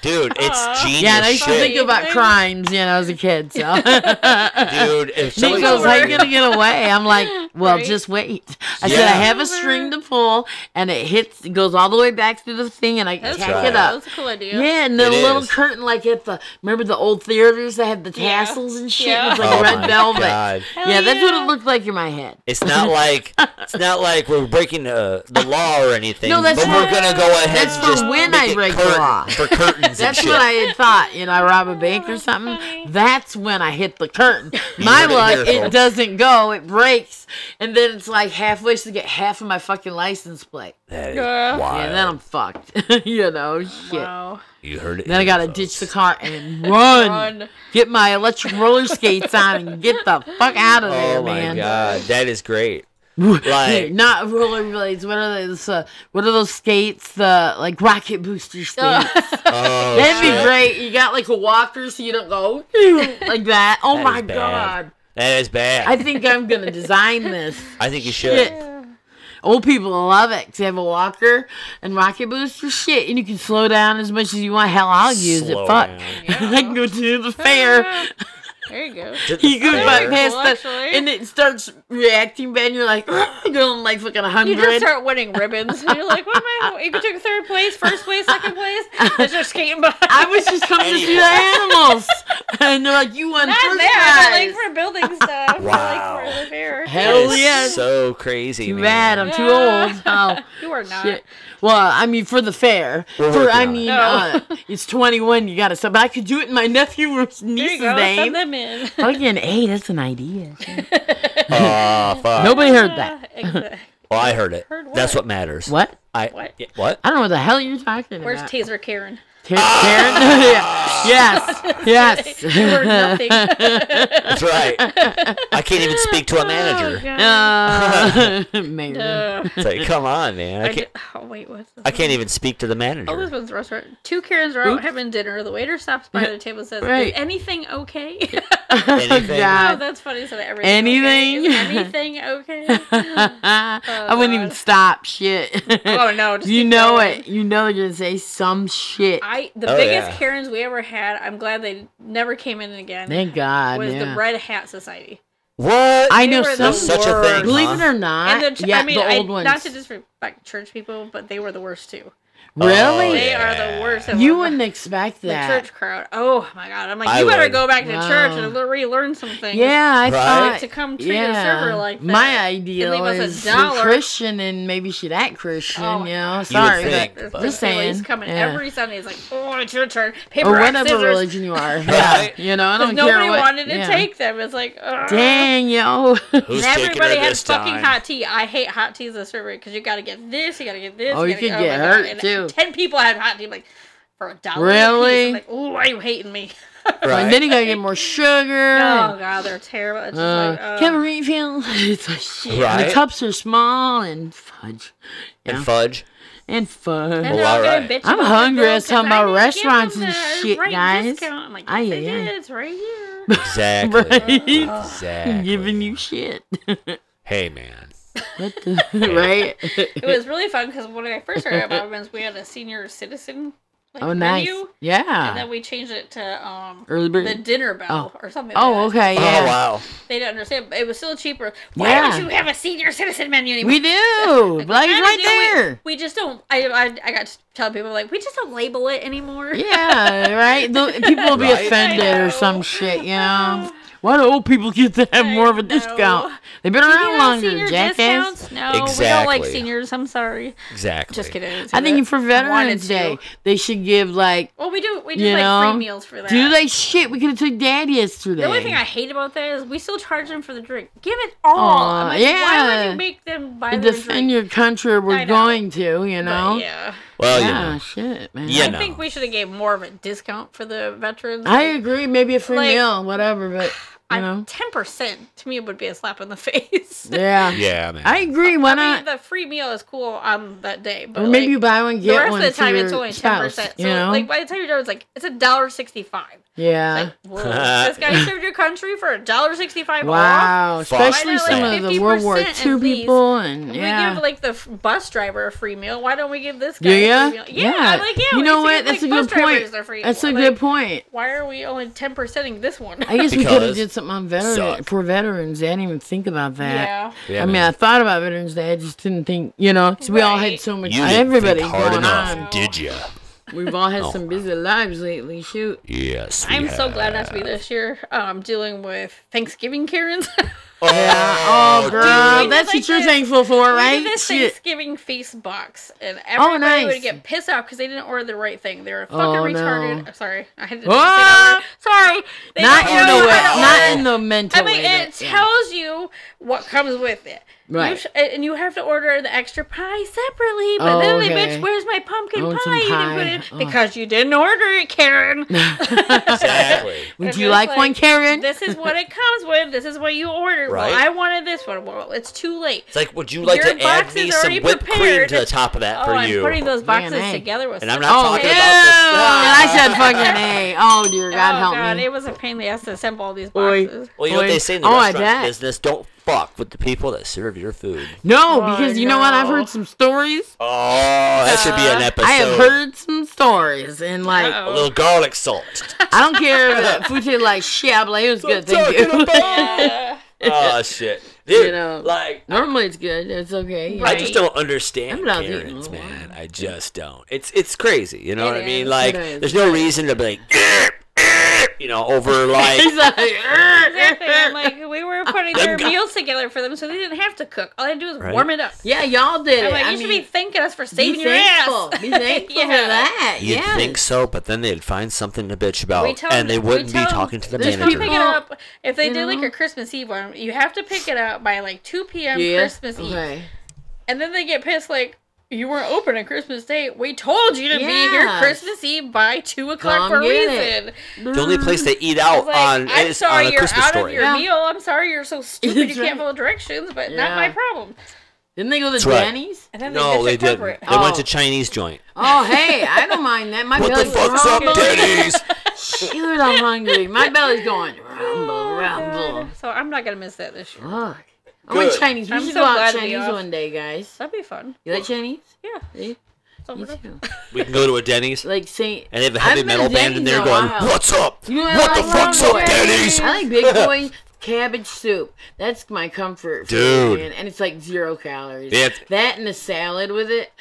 A: Dude, it's genius
D: yeah, and I used to think
A: shit.
D: about
B: Amazing.
D: crimes, you know, as a kid.
B: *laughs*
D: So *laughs*
A: Dude, if
D: Nick
A: somebody
D: goes,
A: goes
D: "How
A: *laughs*
D: you
A: like,
D: gonna get away?" I'm like, "Well,
B: Right.
D: just wait." I said, "I
A: Yeah.
D: have a string to pull, and it hits, it goes all the way back through the thing, and I
B: That's
D: tack
B: cool.
A: right.
D: it up."
B: That's a cool idea.
D: Yeah, and the
A: It
D: little
A: is.
D: curtain, like at the remember the old theaters that had the
B: Yeah.
D: tassels and shit,
B: Yeah.
D: it was like
A: oh
D: red
A: my
D: velvet.
A: God.
D: Yeah, that's what
B: yeah.
D: it looked like in my head.
A: It's not like it's not like we're breaking uh, the law or anything.
D: No, that's
A: but
D: for-
A: we're gonna go ahead
D: that's
A: and
D: for
A: just
D: when
A: make
D: I
A: it
D: break the
A: curtain,
D: law.
A: for
D: *laughs*
A: curtains and
D: That's
A: shit.
D: what I had thought. You know, I rob a bank or something. That's when I hit the
A: *laughs*
D: curtain. My
A: heard it
D: luck,
A: here,
D: it
A: folks.
D: doesn't go. It breaks, and then it's like halfway to get half of my fucking license plate.
A: That is
B: Yeah.
A: wild.
D: Yeah, then I'm fucked. *laughs* you know, shit.
B: Wow.
A: you heard it.
D: Then I
A: here,
D: gotta
A: folks.
D: ditch the car and run. *laughs*
B: Run.
D: Get my electric roller skates on and get the fuck out of there,
A: Oh my
D: man.
A: god, that is
D: *laughs*
A: great. *laughs* Like
D: Not rollerblades. What are those? Uh, what are those skates? The like rocket booster skates.
A: oh,
D: That'd be
A: shit.
D: great. You got like a walker, so you don't go like that. Oh
A: That
D: my
A: is bad.
D: god!
A: That is bad.
D: I think I'm gonna
A: *laughs*
D: design this.
A: I think you should.
D: Shit. Old people love it because they have a walker and rocket booster shit, and you can slow down as much as you want. Hell, I'll use
A: Slow
D: it. Fuck.
A: down.
D: *laughs* I can go to the
A: *laughs*
D: fair.
B: *laughs* There you go.
A: Did
D: You go
A: the
D: by
A: fair.
D: past the,
B: actually.
D: and it starts reacting bad, and you're like, going like fucking
B: You just
D: 100.
B: start winning ribbons. You're like, what am I? You took
D: *laughs*
B: third place, first place, second place. As you're skating by.
A: *laughs*
D: I was just coming to see the animals. and they're like, "You won
B: Not
D: first
B: there, but like
D: prize."
B: for
D: *laughs*
B: building stuff.
A: Wow.
B: Wow. Like for repair.
D: Hell
A: That is
D: yes.
A: So crazy,
D: Too
A: man.
D: bad I'm *laughs* too
B: Yeah.
D: old. Oh.
B: *laughs* You are not.
D: Shit. Well, I mean, for the fair,
A: We're
D: for
A: working
D: I
A: on it.
D: mean,
B: No.
D: uh,
B: *laughs*
D: it's 21. You gotta sub. I could do it in my *laughs* nephew or
B: There you
D: niece's
B: go. Send
D: name.
B: them in.
D: *laughs* Fucking hey, that's
B: *laughs*
D: an idea.
A: Oh, fuck.
D: Nobody heard that.
B: Exa-
A: Well, I heard it.
B: Heard what?
A: That's what matters.
D: What?
A: I
B: What?
A: yeah, what?
D: I don't know what the hell you're talking
B: Where's
D: about.
B: Taser
D: *laughs*
B: Karen?
D: Ta-
A: *laughs*
D: Karen? *laughs* Yeah. Yes. Yes. *laughs*
B: You *laughs* were nothing. Oh,
A: That's right. I can't even speak to a
B: oh,
A: manager.
B: God.
D: Uh, *laughs* Mayor.
B: Uh,
A: It's like, come on, man. I
B: I d-
A: can't.
B: oh, wait, what's this?
A: I can't even speak to the manager.
B: Oh, this one's restaurant. Two Karens are out having dinner. The waiter stops
D: *laughs*
B: by their table and says,
D: Right.
B: Is anything okay?
D: *laughs*
A: Anything.
B: *laughs* oh,
D: God.
B: that's funny. So that everything okay? Is
D: Anything?
B: anything
D: *laughs*
B: okay?
D: I wouldn't even
B: Oh, God.
D: stop. Shit.
B: *laughs* oh,
D: *laughs*
B: no. Just
D: you
B: keep
D: know
B: going.
D: it. You know they're gonna say some shit.
B: I The
A: Oh,
B: biggest
A: yeah.
B: Karens we ever had, I'm glad they never came in again,
D: Thank God.
B: was
D: yeah.
B: the Red Hat Society.
A: What?
D: I
B: They
D: know
B: were the
D: some.
A: There's such a thing.
D: Believe
A: huh?
D: it or not,
B: and the, ch-
D: yeah,
B: I mean,
D: the old
B: I,
D: ones.
B: not to disrespect church people, but they were the worst too.
A: Oh,
D: really?
B: They are
A: yeah.
B: the worst.
D: You
B: and
D: wouldn't expect
B: the
D: that.
B: church crowd. Oh my god! I'm like,
A: I
B: you better
A: would.
B: go back to church and
D: Wow.
B: le- relearn some things.
D: Yeah, I
A: Right?
D: thought
B: To come treat
D: yeah.
B: a server like that.
D: My
B: And
D: ideal
B: leave us a
D: is a
B: dollar.
D: Christian and maybe she that Christian.
B: Oh,
D: you know,
A: You would
D: sorry,
A: think,
D: but
B: There's
A: but-
B: this
D: just
B: Phillies
D: saying,
B: coming
D: yeah.
B: every Sunday. It's like, oh, it's your turn. Paper,
D: or
B: rock,
D: whatever
B: scissors.
D: religion you
B: *laughs*
D: are. Yeah,
A: Right?
D: you know, I
B: 'Cause
D: don't care
B: nobody
D: what.
B: wanted to
D: yeah.
B: take them. It's like, oh. ugh.
D: Dang, yo. *laughs*
A: Who's
B: And
A: taking her
B: everybody has
A: this
B: fucking
A: time?
B: hot tea. I hate hot tea as a server because you got to get this, you got to get this.
D: Oh, you
B: gotta
D: could get
B: my
D: hurt,
B: and
D: too.
B: Ten people had hot tea, like for a dollar.
D: Really?
B: A piece. I'm like, oh, why are you hating me?
D: and then you gotta get more sugar.
B: *laughs* Oh
D: and,
B: god, they're terrible. It's just
D: uh,
B: like, uh,
D: can I refill? *laughs* It's like shit. and
A: Right?
D: The cups are small and fudge
A: And fudge.
D: and fudge.
B: and
A: Well,
B: they're all gonna
A: alright.
B: bitch
D: I'm
B: about the
D: hungry.
B: bill
D: I was
B: 'cause
D: talking
B: I
D: about
B: didn't give
D: restaurants
B: them
D: and
B: the
D: shit,
B: right
D: guys.
B: Discount. I'm like, yes,
D: Aye,
B: I
D: aye, aye.
B: did. It's right here.
D: *laughs*
A: Exactly.
D: Right?
A: Exactly.
D: Giving you shit. *laughs*
A: Hey, man.
D: What the, *laughs* right?
B: it was really fun because when I first started at Bobman's, we had a senior citizen. Like,
D: Oh, nice. Ah.
B: Menu,
D: Yeah.
B: and then we changed it to um
D: Early bird.
B: the dinner bell or something. like
D: oh,
B: that.
D: okay. Yeah.
A: Oh wow.
B: They didn't understand. but It was still cheaper. Why
D: Yeah.
B: don't you have a senior citizen menu anymore?
D: We do. Black is
B: Kinda
D: right
B: do
D: there.
B: it. We just don't. I, I I got to tell people like we just don't label it anymore.
D: Yeah, right? The, people will be
A: Right?
D: offended
B: I
D: or
B: know.
D: some shit, you know? Why do old people get to have
B: I
D: more of a
B: know.
D: discount? They've been
B: You know,
D: around longer,
B: senior
D: jackass.
B: discounts? No, we don't like
A: Exactly.
B: seniors. I'm sorry.
A: Exactly.
B: Just kidding.
D: I think for
B: Wanted
D: Veterans
B: to.
D: Day, they should give, like,
B: Well, we do. We do
D: you
B: like
D: know?
B: free meals for that.
D: do they shit? We could have took dad yesterday.
B: The only thing I hate about that is we still charge them for the drink. Give it all. I'm
D: Aw,
B: like, Why would
D: yeah.
B: you make them buy
D: To
B: their
D: defend
B: drink?
D: your country
B: I know.
D: we're going to, you
B: But,
D: know?
B: yeah.
A: Well,
D: yeah,
A: you know.
D: shit, man.
A: Oh, Yeah.
B: I think
A: No.
B: we should have gave more of a discount for the veterans.
D: I agree. Maybe a free
B: Like,
D: meal, whatever, but,
B: *laughs*
D: you know?
B: Ten percent to me would be a slap in the *laughs* face.
D: Yeah.
A: Yeah, man.
D: I agree. Why
B: I
D: not?
B: mean, the free meal is cool on that day, but
D: Or maybe
B: like,
D: you buy one,
B: the
D: get
B: rest
D: one
B: of the time
D: for
B: it's
D: your
B: only ten
D: spouse,
B: percent. So
D: you know? Uh.
B: like by the time you're done, it's like it's a dollar sixty-five.
D: yeah. *laughs*
B: Like, whoa, this guy served your country for a dollar sixty-five off.
D: wow.
A: Fuck
D: Especially
A: that.
D: some of the World War
B: 50%
D: II
B: at least.
D: people and
B: We
D: yeah.
B: give like the f- bus driver a free meal. Why don't we give this guy
D: Yeah, yeah,
B: a free meal? Yeah, I'm like yeah.
D: You
B: we
D: know
B: should
D: what?
B: give,
D: That's a
B: like,
D: good
B: bus drivers
D: point.
B: their free
D: That's a
B: meal.
D: good
B: Like,
D: point.
B: Why are we only ten percenting this one?
D: I guess we could have
A: Because
D: did something on veterans
A: suck.
D: for veterans. I didn't even think about that.
B: yeah.
A: Yeah,
D: I mean, I
A: man.
D: thought about veterans day. I just didn't think, you know, 'cause we all had
B: Right.
D: so much.
A: you didn't
D: Everybody's
A: think hard
D: going
A: enough,
D: on.
A: did you?
D: We've all had
A: Oh.
D: some busy lives lately. Shoot.
A: Yes. we
B: I'm so glad
A: have.
B: not to be this year. Um, dealing with Thanksgiving Karens. *laughs*
A: Oh,
D: Yeah. Oh, girl,
B: did
D: that's
B: like
D: what you're
B: this.
D: thankful for,
B: We
D: right?
B: did this
D: Shit.
B: Thanksgiving feast box, and everybody
D: nice.
B: would get pissed off because they didn't order the right thing. They were fucking
D: Oh, no.
B: retarded. I'm sorry, I had to say that
D: Ah!
B: word. Sorry, They
D: Not
B: didn't
D: in
B: order
D: the way.
B: right
D: Not
B: order.
D: in the mental
B: I mean,
D: way. that-
B: it
D: yeah.
B: tells you what comes with it. You
D: Right.
B: sh- and you have to order the extra pie separately. But
D: Oh,
B: then the
D: okay.
B: bitch, where's my pumpkin
D: I
B: pie?
D: want some
B: You
D: pie.
B: didn't put it
D: Oh.
B: because you didn't order it,
D: *laughs*
B: Karen.
A: Exactly.
D: Would
B: I'm
D: you
B: just
D: like, one,
B: like,
D: Karen?
B: this is what it comes with. This is what you ordered.
A: Right.
B: Well, I wanted this one. Well, it's too late.
A: It's like, would you like
B: Your
A: to add
B: box
A: me
B: is
A: some
B: already
A: whipped cream
B: prepared.
A: to the top of that
B: Oh,
A: for
B: I'm
A: you?
B: putting those boxes
D: Man, hey.
B: together with.
A: And I'm
B: such
A: not
B: a
D: Oh,
A: talking
B: pain.
A: about this.
B: *laughs*
D: And I said fucking A. Oh, dear God,
B: oh
D: help
B: god,
D: me.
B: it was a pain in the ass to assemble all these
D: Boy.
B: boxes.
A: Well, you know what
D: Boy.
A: they say in the
D: Oh, I
A: restaurant
D: bet.
A: business: don't fuck with the people that serve your food.
D: No,
B: Oh,
D: because you know what? I've
B: no.
D: heard some stories.
A: Oh, that should be an episode.
D: I have heard some stories, and like,
B: *laughs*
A: a
B: Oh.
A: little garlic *laughs* salt.
D: I don't care if the food tastes like shit. I'm like, it was good. Thank
A: Talking *laughs*
D: you.
A: about- oh shit, dude!
D: You know.
A: like
D: *laughs* Normally it's good. It's okay. yeah.
A: I
B: Right.
A: just don't understand
D: I'm not eating
A: Karens,
D: a lot.
A: man. I just don't. It's it's crazy. You know
B: It
A: what I mean?
B: is.
A: Like,
D: It is.
A: there's no reason to be like, you know,
B: *laughs*
A: over like
D: He's like,
B: Exactly. I'm like,
A: *laughs*
B: we were putting their
A: got-
B: meals together for them, so they didn't have to cook. All they had to do was
A: Right.
B: warm it up.
D: *laughs* yeah, y'all did
B: I'm
D: it.
B: like,
D: I
B: you should
D: mean,
B: be thanking us for saving
D: be
B: your *laughs*
D: thankful.
B: ass.
D: Be thankful for that.
A: You'd
D: yeah.
A: think so, but then they'd find something to bitch about,
B: tell them-
A: and they
B: we
A: wouldn't
B: tell
A: be
B: them-
A: talking to the
D: there's
A: manager.
B: Just pick it
D: Well,
B: up. If they
D: you
B: did like
D: know.
B: a Christmas Eve one, you have to pick it up by like 2 p.m.
D: Yeah.
B: Christmas Eve.
D: Okay.
B: And then they get pissed like, you weren't open on Christmas Day. We told you to be here
D: Yes.
B: Christmas Eve by 2 o'clock
D: Come
B: for a
D: get
B: reason.
A: The only place they eat out
B: It's like,
A: on
B: I'm
A: is on
B: sorry
A: a
B: you're
A: Christmas
B: out
A: story.
B: of your
D: Yeah.
B: meal. I'm sorry you're
D: *laughs*
B: so stupid
D: That's
B: you can't
D: right.
B: follow directions, but not
D: Yeah.
B: my problem.
D: Didn't they go to
A: That's right.
D: Danny's?
B: And then
A: No,
B: they,
A: they
B: ditch
A: didn't.
B: corporate.
A: They went
D: Oh.
A: to Chinese joint.
D: Oh, hey, I don't mind that. My
A: What the
D: belly's
A: fuck's up,
B: *laughs*
D: rumbling.
A: Denny's?
D: Shoot, I'm hungry. My belly's going rumble, rumble.
B: God. *laughs* So I'm not gonna miss that this year.
D: Fuck. I want
A: Good.
D: Chinese. We
B: I'm
D: should
B: so
D: go out
B: glad we
D: Chinese
B: off.
D: one day, guys.
B: That'd be fun.
D: You like Chinese?
B: Yeah.
D: See?
B: So
D: Me
B: we're gonna-
D: too.
A: We can go to a Denny's,
D: Like Saint.
A: and they have a heavy
D: I've been
A: metal
D: to
A: band in
D: Denny's
A: there
D: a
A: going,
D: while.
A: "What's up?
D: You know what,
A: what
D: I
A: the
D: like
A: fuck's
D: Wrong
A: up,
D: Boy.
A: Denny's?"
D: I like Big Boy cabbage soup. That's my comfort food,
A: Dude.
D: man. And it's like zero calories.
A: Yeah, it's-
D: That and a salad with it.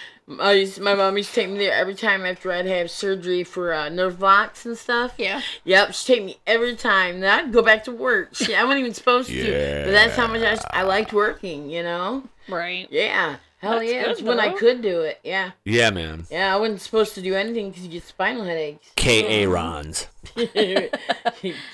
D: I used, my mom used to take me there every time after I'd have surgery for uh, nerve blocks and stuff.
B: Yeah.
D: Yep, she'd take me every time. Then I'd go back to work. Shit, I wasn't even supposed to. But that's how much I, I liked working, you know?
B: Right.
D: Yeah. Hell
B: That's
D: yeah.
B: good,
D: it's when I
B: though.
D: could do it. Yeah.
A: Yeah, man.
D: Yeah, I wasn't supposed to do anything because you get spinal headaches.
A: K A Rons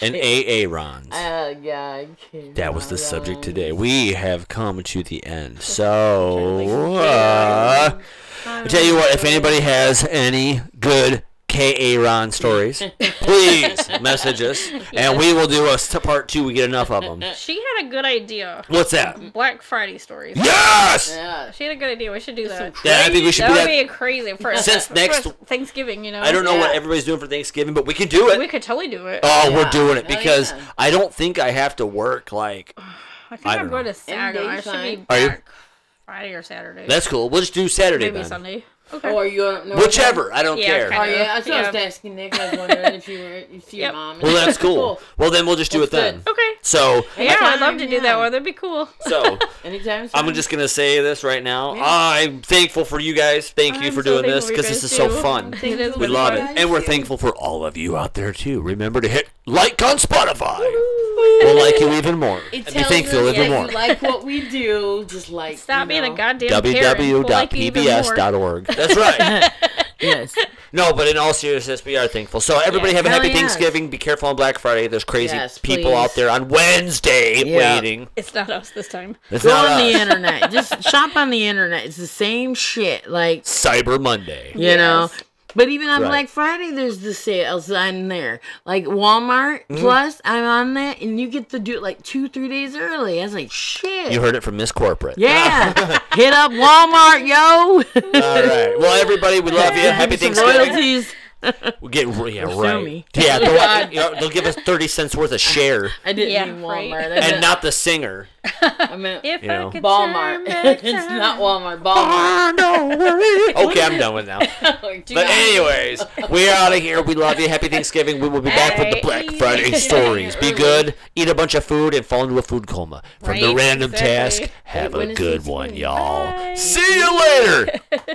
A: and A A Rons.
D: Oh, God.
A: That was the subject today. We have come to the end. So, uh, I tell you what, if anybody has any good K.A. Ron stories, please message us, and we will do a s- part two. We get enough of them.
B: She had a good idea.
A: What's that?
B: Black Friday stories.
A: Yes!
D: Yeah.
B: She had a good idea. We should do that.
A: Yeah, I think we should
B: That
A: be
B: would
A: that.
B: be
A: *laughs*
B: a crazy for
A: Since
B: for
A: next-
B: Thanksgiving, you know.
A: I don't know what everybody's doing for Thanksgiving, but we can do
B: We
A: it.
B: could totally do it.
A: Oh, we're
D: Yeah.
A: doing it
D: Hell
A: because
D: yeah.
A: I don't think I have to work. Like
B: I think
A: I
B: I am
A: don't
B: going
A: know.
B: to Saturday. I should be
D: daytime.
A: Are you-
B: back Friday or Saturday.
A: that's cool. We'll just do Saturday
B: Maybe
A: then.
B: Sunday. Okay.
D: Or you up north?
A: Whichever. I don't
B: Yeah,
A: care.
D: Oh
B: kinda.
D: yeah, I was
B: Yeah.
D: just asking Nick. I was wondering if you were if your
B: Yep.
D: mom.
A: Well, that's cool.
D: *laughs* Cool.
A: Well, then we'll just do it
D: That's
A: then.
D: good.
B: okay.
A: So,
B: Yeah, I'd love
D: Anytime,
B: to do
D: yeah.
B: that one. That'd be cool.
A: so
D: Anytime.
A: I'm just gonna say this right now. I'm thankful for you guys. Thank you
B: I'm
A: for
B: so
A: doing this
B: thankful
A: because
B: you
A: this is
B: guys
A: so
B: do.
A: fun.
B: It is
A: We
B: really
A: love
B: fun.
A: it, and we're thankful for all of you out there too. Remember to hit like on Spotify. We'll like you even more.
D: It
A: and be
D: tells
A: thankful
D: us that
A: even
D: you
A: more.
D: like what we do. Just like
B: Stop
D: you
B: being a
D: know.
B: goddamn Karen. We'll like you even more.
A: www.pbs.org. That's
D: *laughs*
A: right.
D: Yes.
A: No, but in all seriousness, we are thankful. So everybody have a
D: Hell
A: happy
D: yes.
A: Thanksgiving. Be careful on Black Friday. There's crazy
D: Yes,
A: people
D: please.
A: out there on Wednesday
D: Yeah.
A: waiting.
B: It's not us this time.
A: It's
D: Go
A: not
D: on the
A: us.
D: internet. Just shop on the internet. It's the same shit. Like
A: Cyber Monday.
D: you know.
B: Yes.
D: But even on
A: Right.
D: Black Friday, there's the sales on there. Like Walmart
A: Mm-hmm.
D: Plus, I'm on that, and you get to do it like two, three days early. I was like, shit.
A: You heard it from Miss Corporate. *laughs*
D: yeah. Hit up Walmart, yo. *laughs*
A: All right. Well, everybody, we love you. Happy
D: Some
A: Thanksgiving.
D: royalties.
A: We get yeah,
D: sue
A: right.
D: me. *laughs*
A: Yeah, they'll, you know, they'll give us thirty cents worth of share,
D: I didn't
B: Yeah,
D: mean
B: right.
D: Walmart. I meant,
A: and not the
D: *laughs*
A: singer.
D: I meant
B: If
A: You
B: I
A: know.
B: could
D: Walmart.
B: turn back
D: *laughs* it's not
B: time.
D: Walmart. Walmart.
A: Okay, I'm done with now. But anyways, we're out of here. We love you. Happy Thanksgiving. We will be back with the Black
B: Bye.
A: Friday stories. Be good. Eat a bunch of food and fall into a food coma from the
B: Right,
A: random
B: exactly.
A: task. Have
D: When
A: a
D: is
A: good
D: this
A: one,
D: going?
A: y'all. See you later.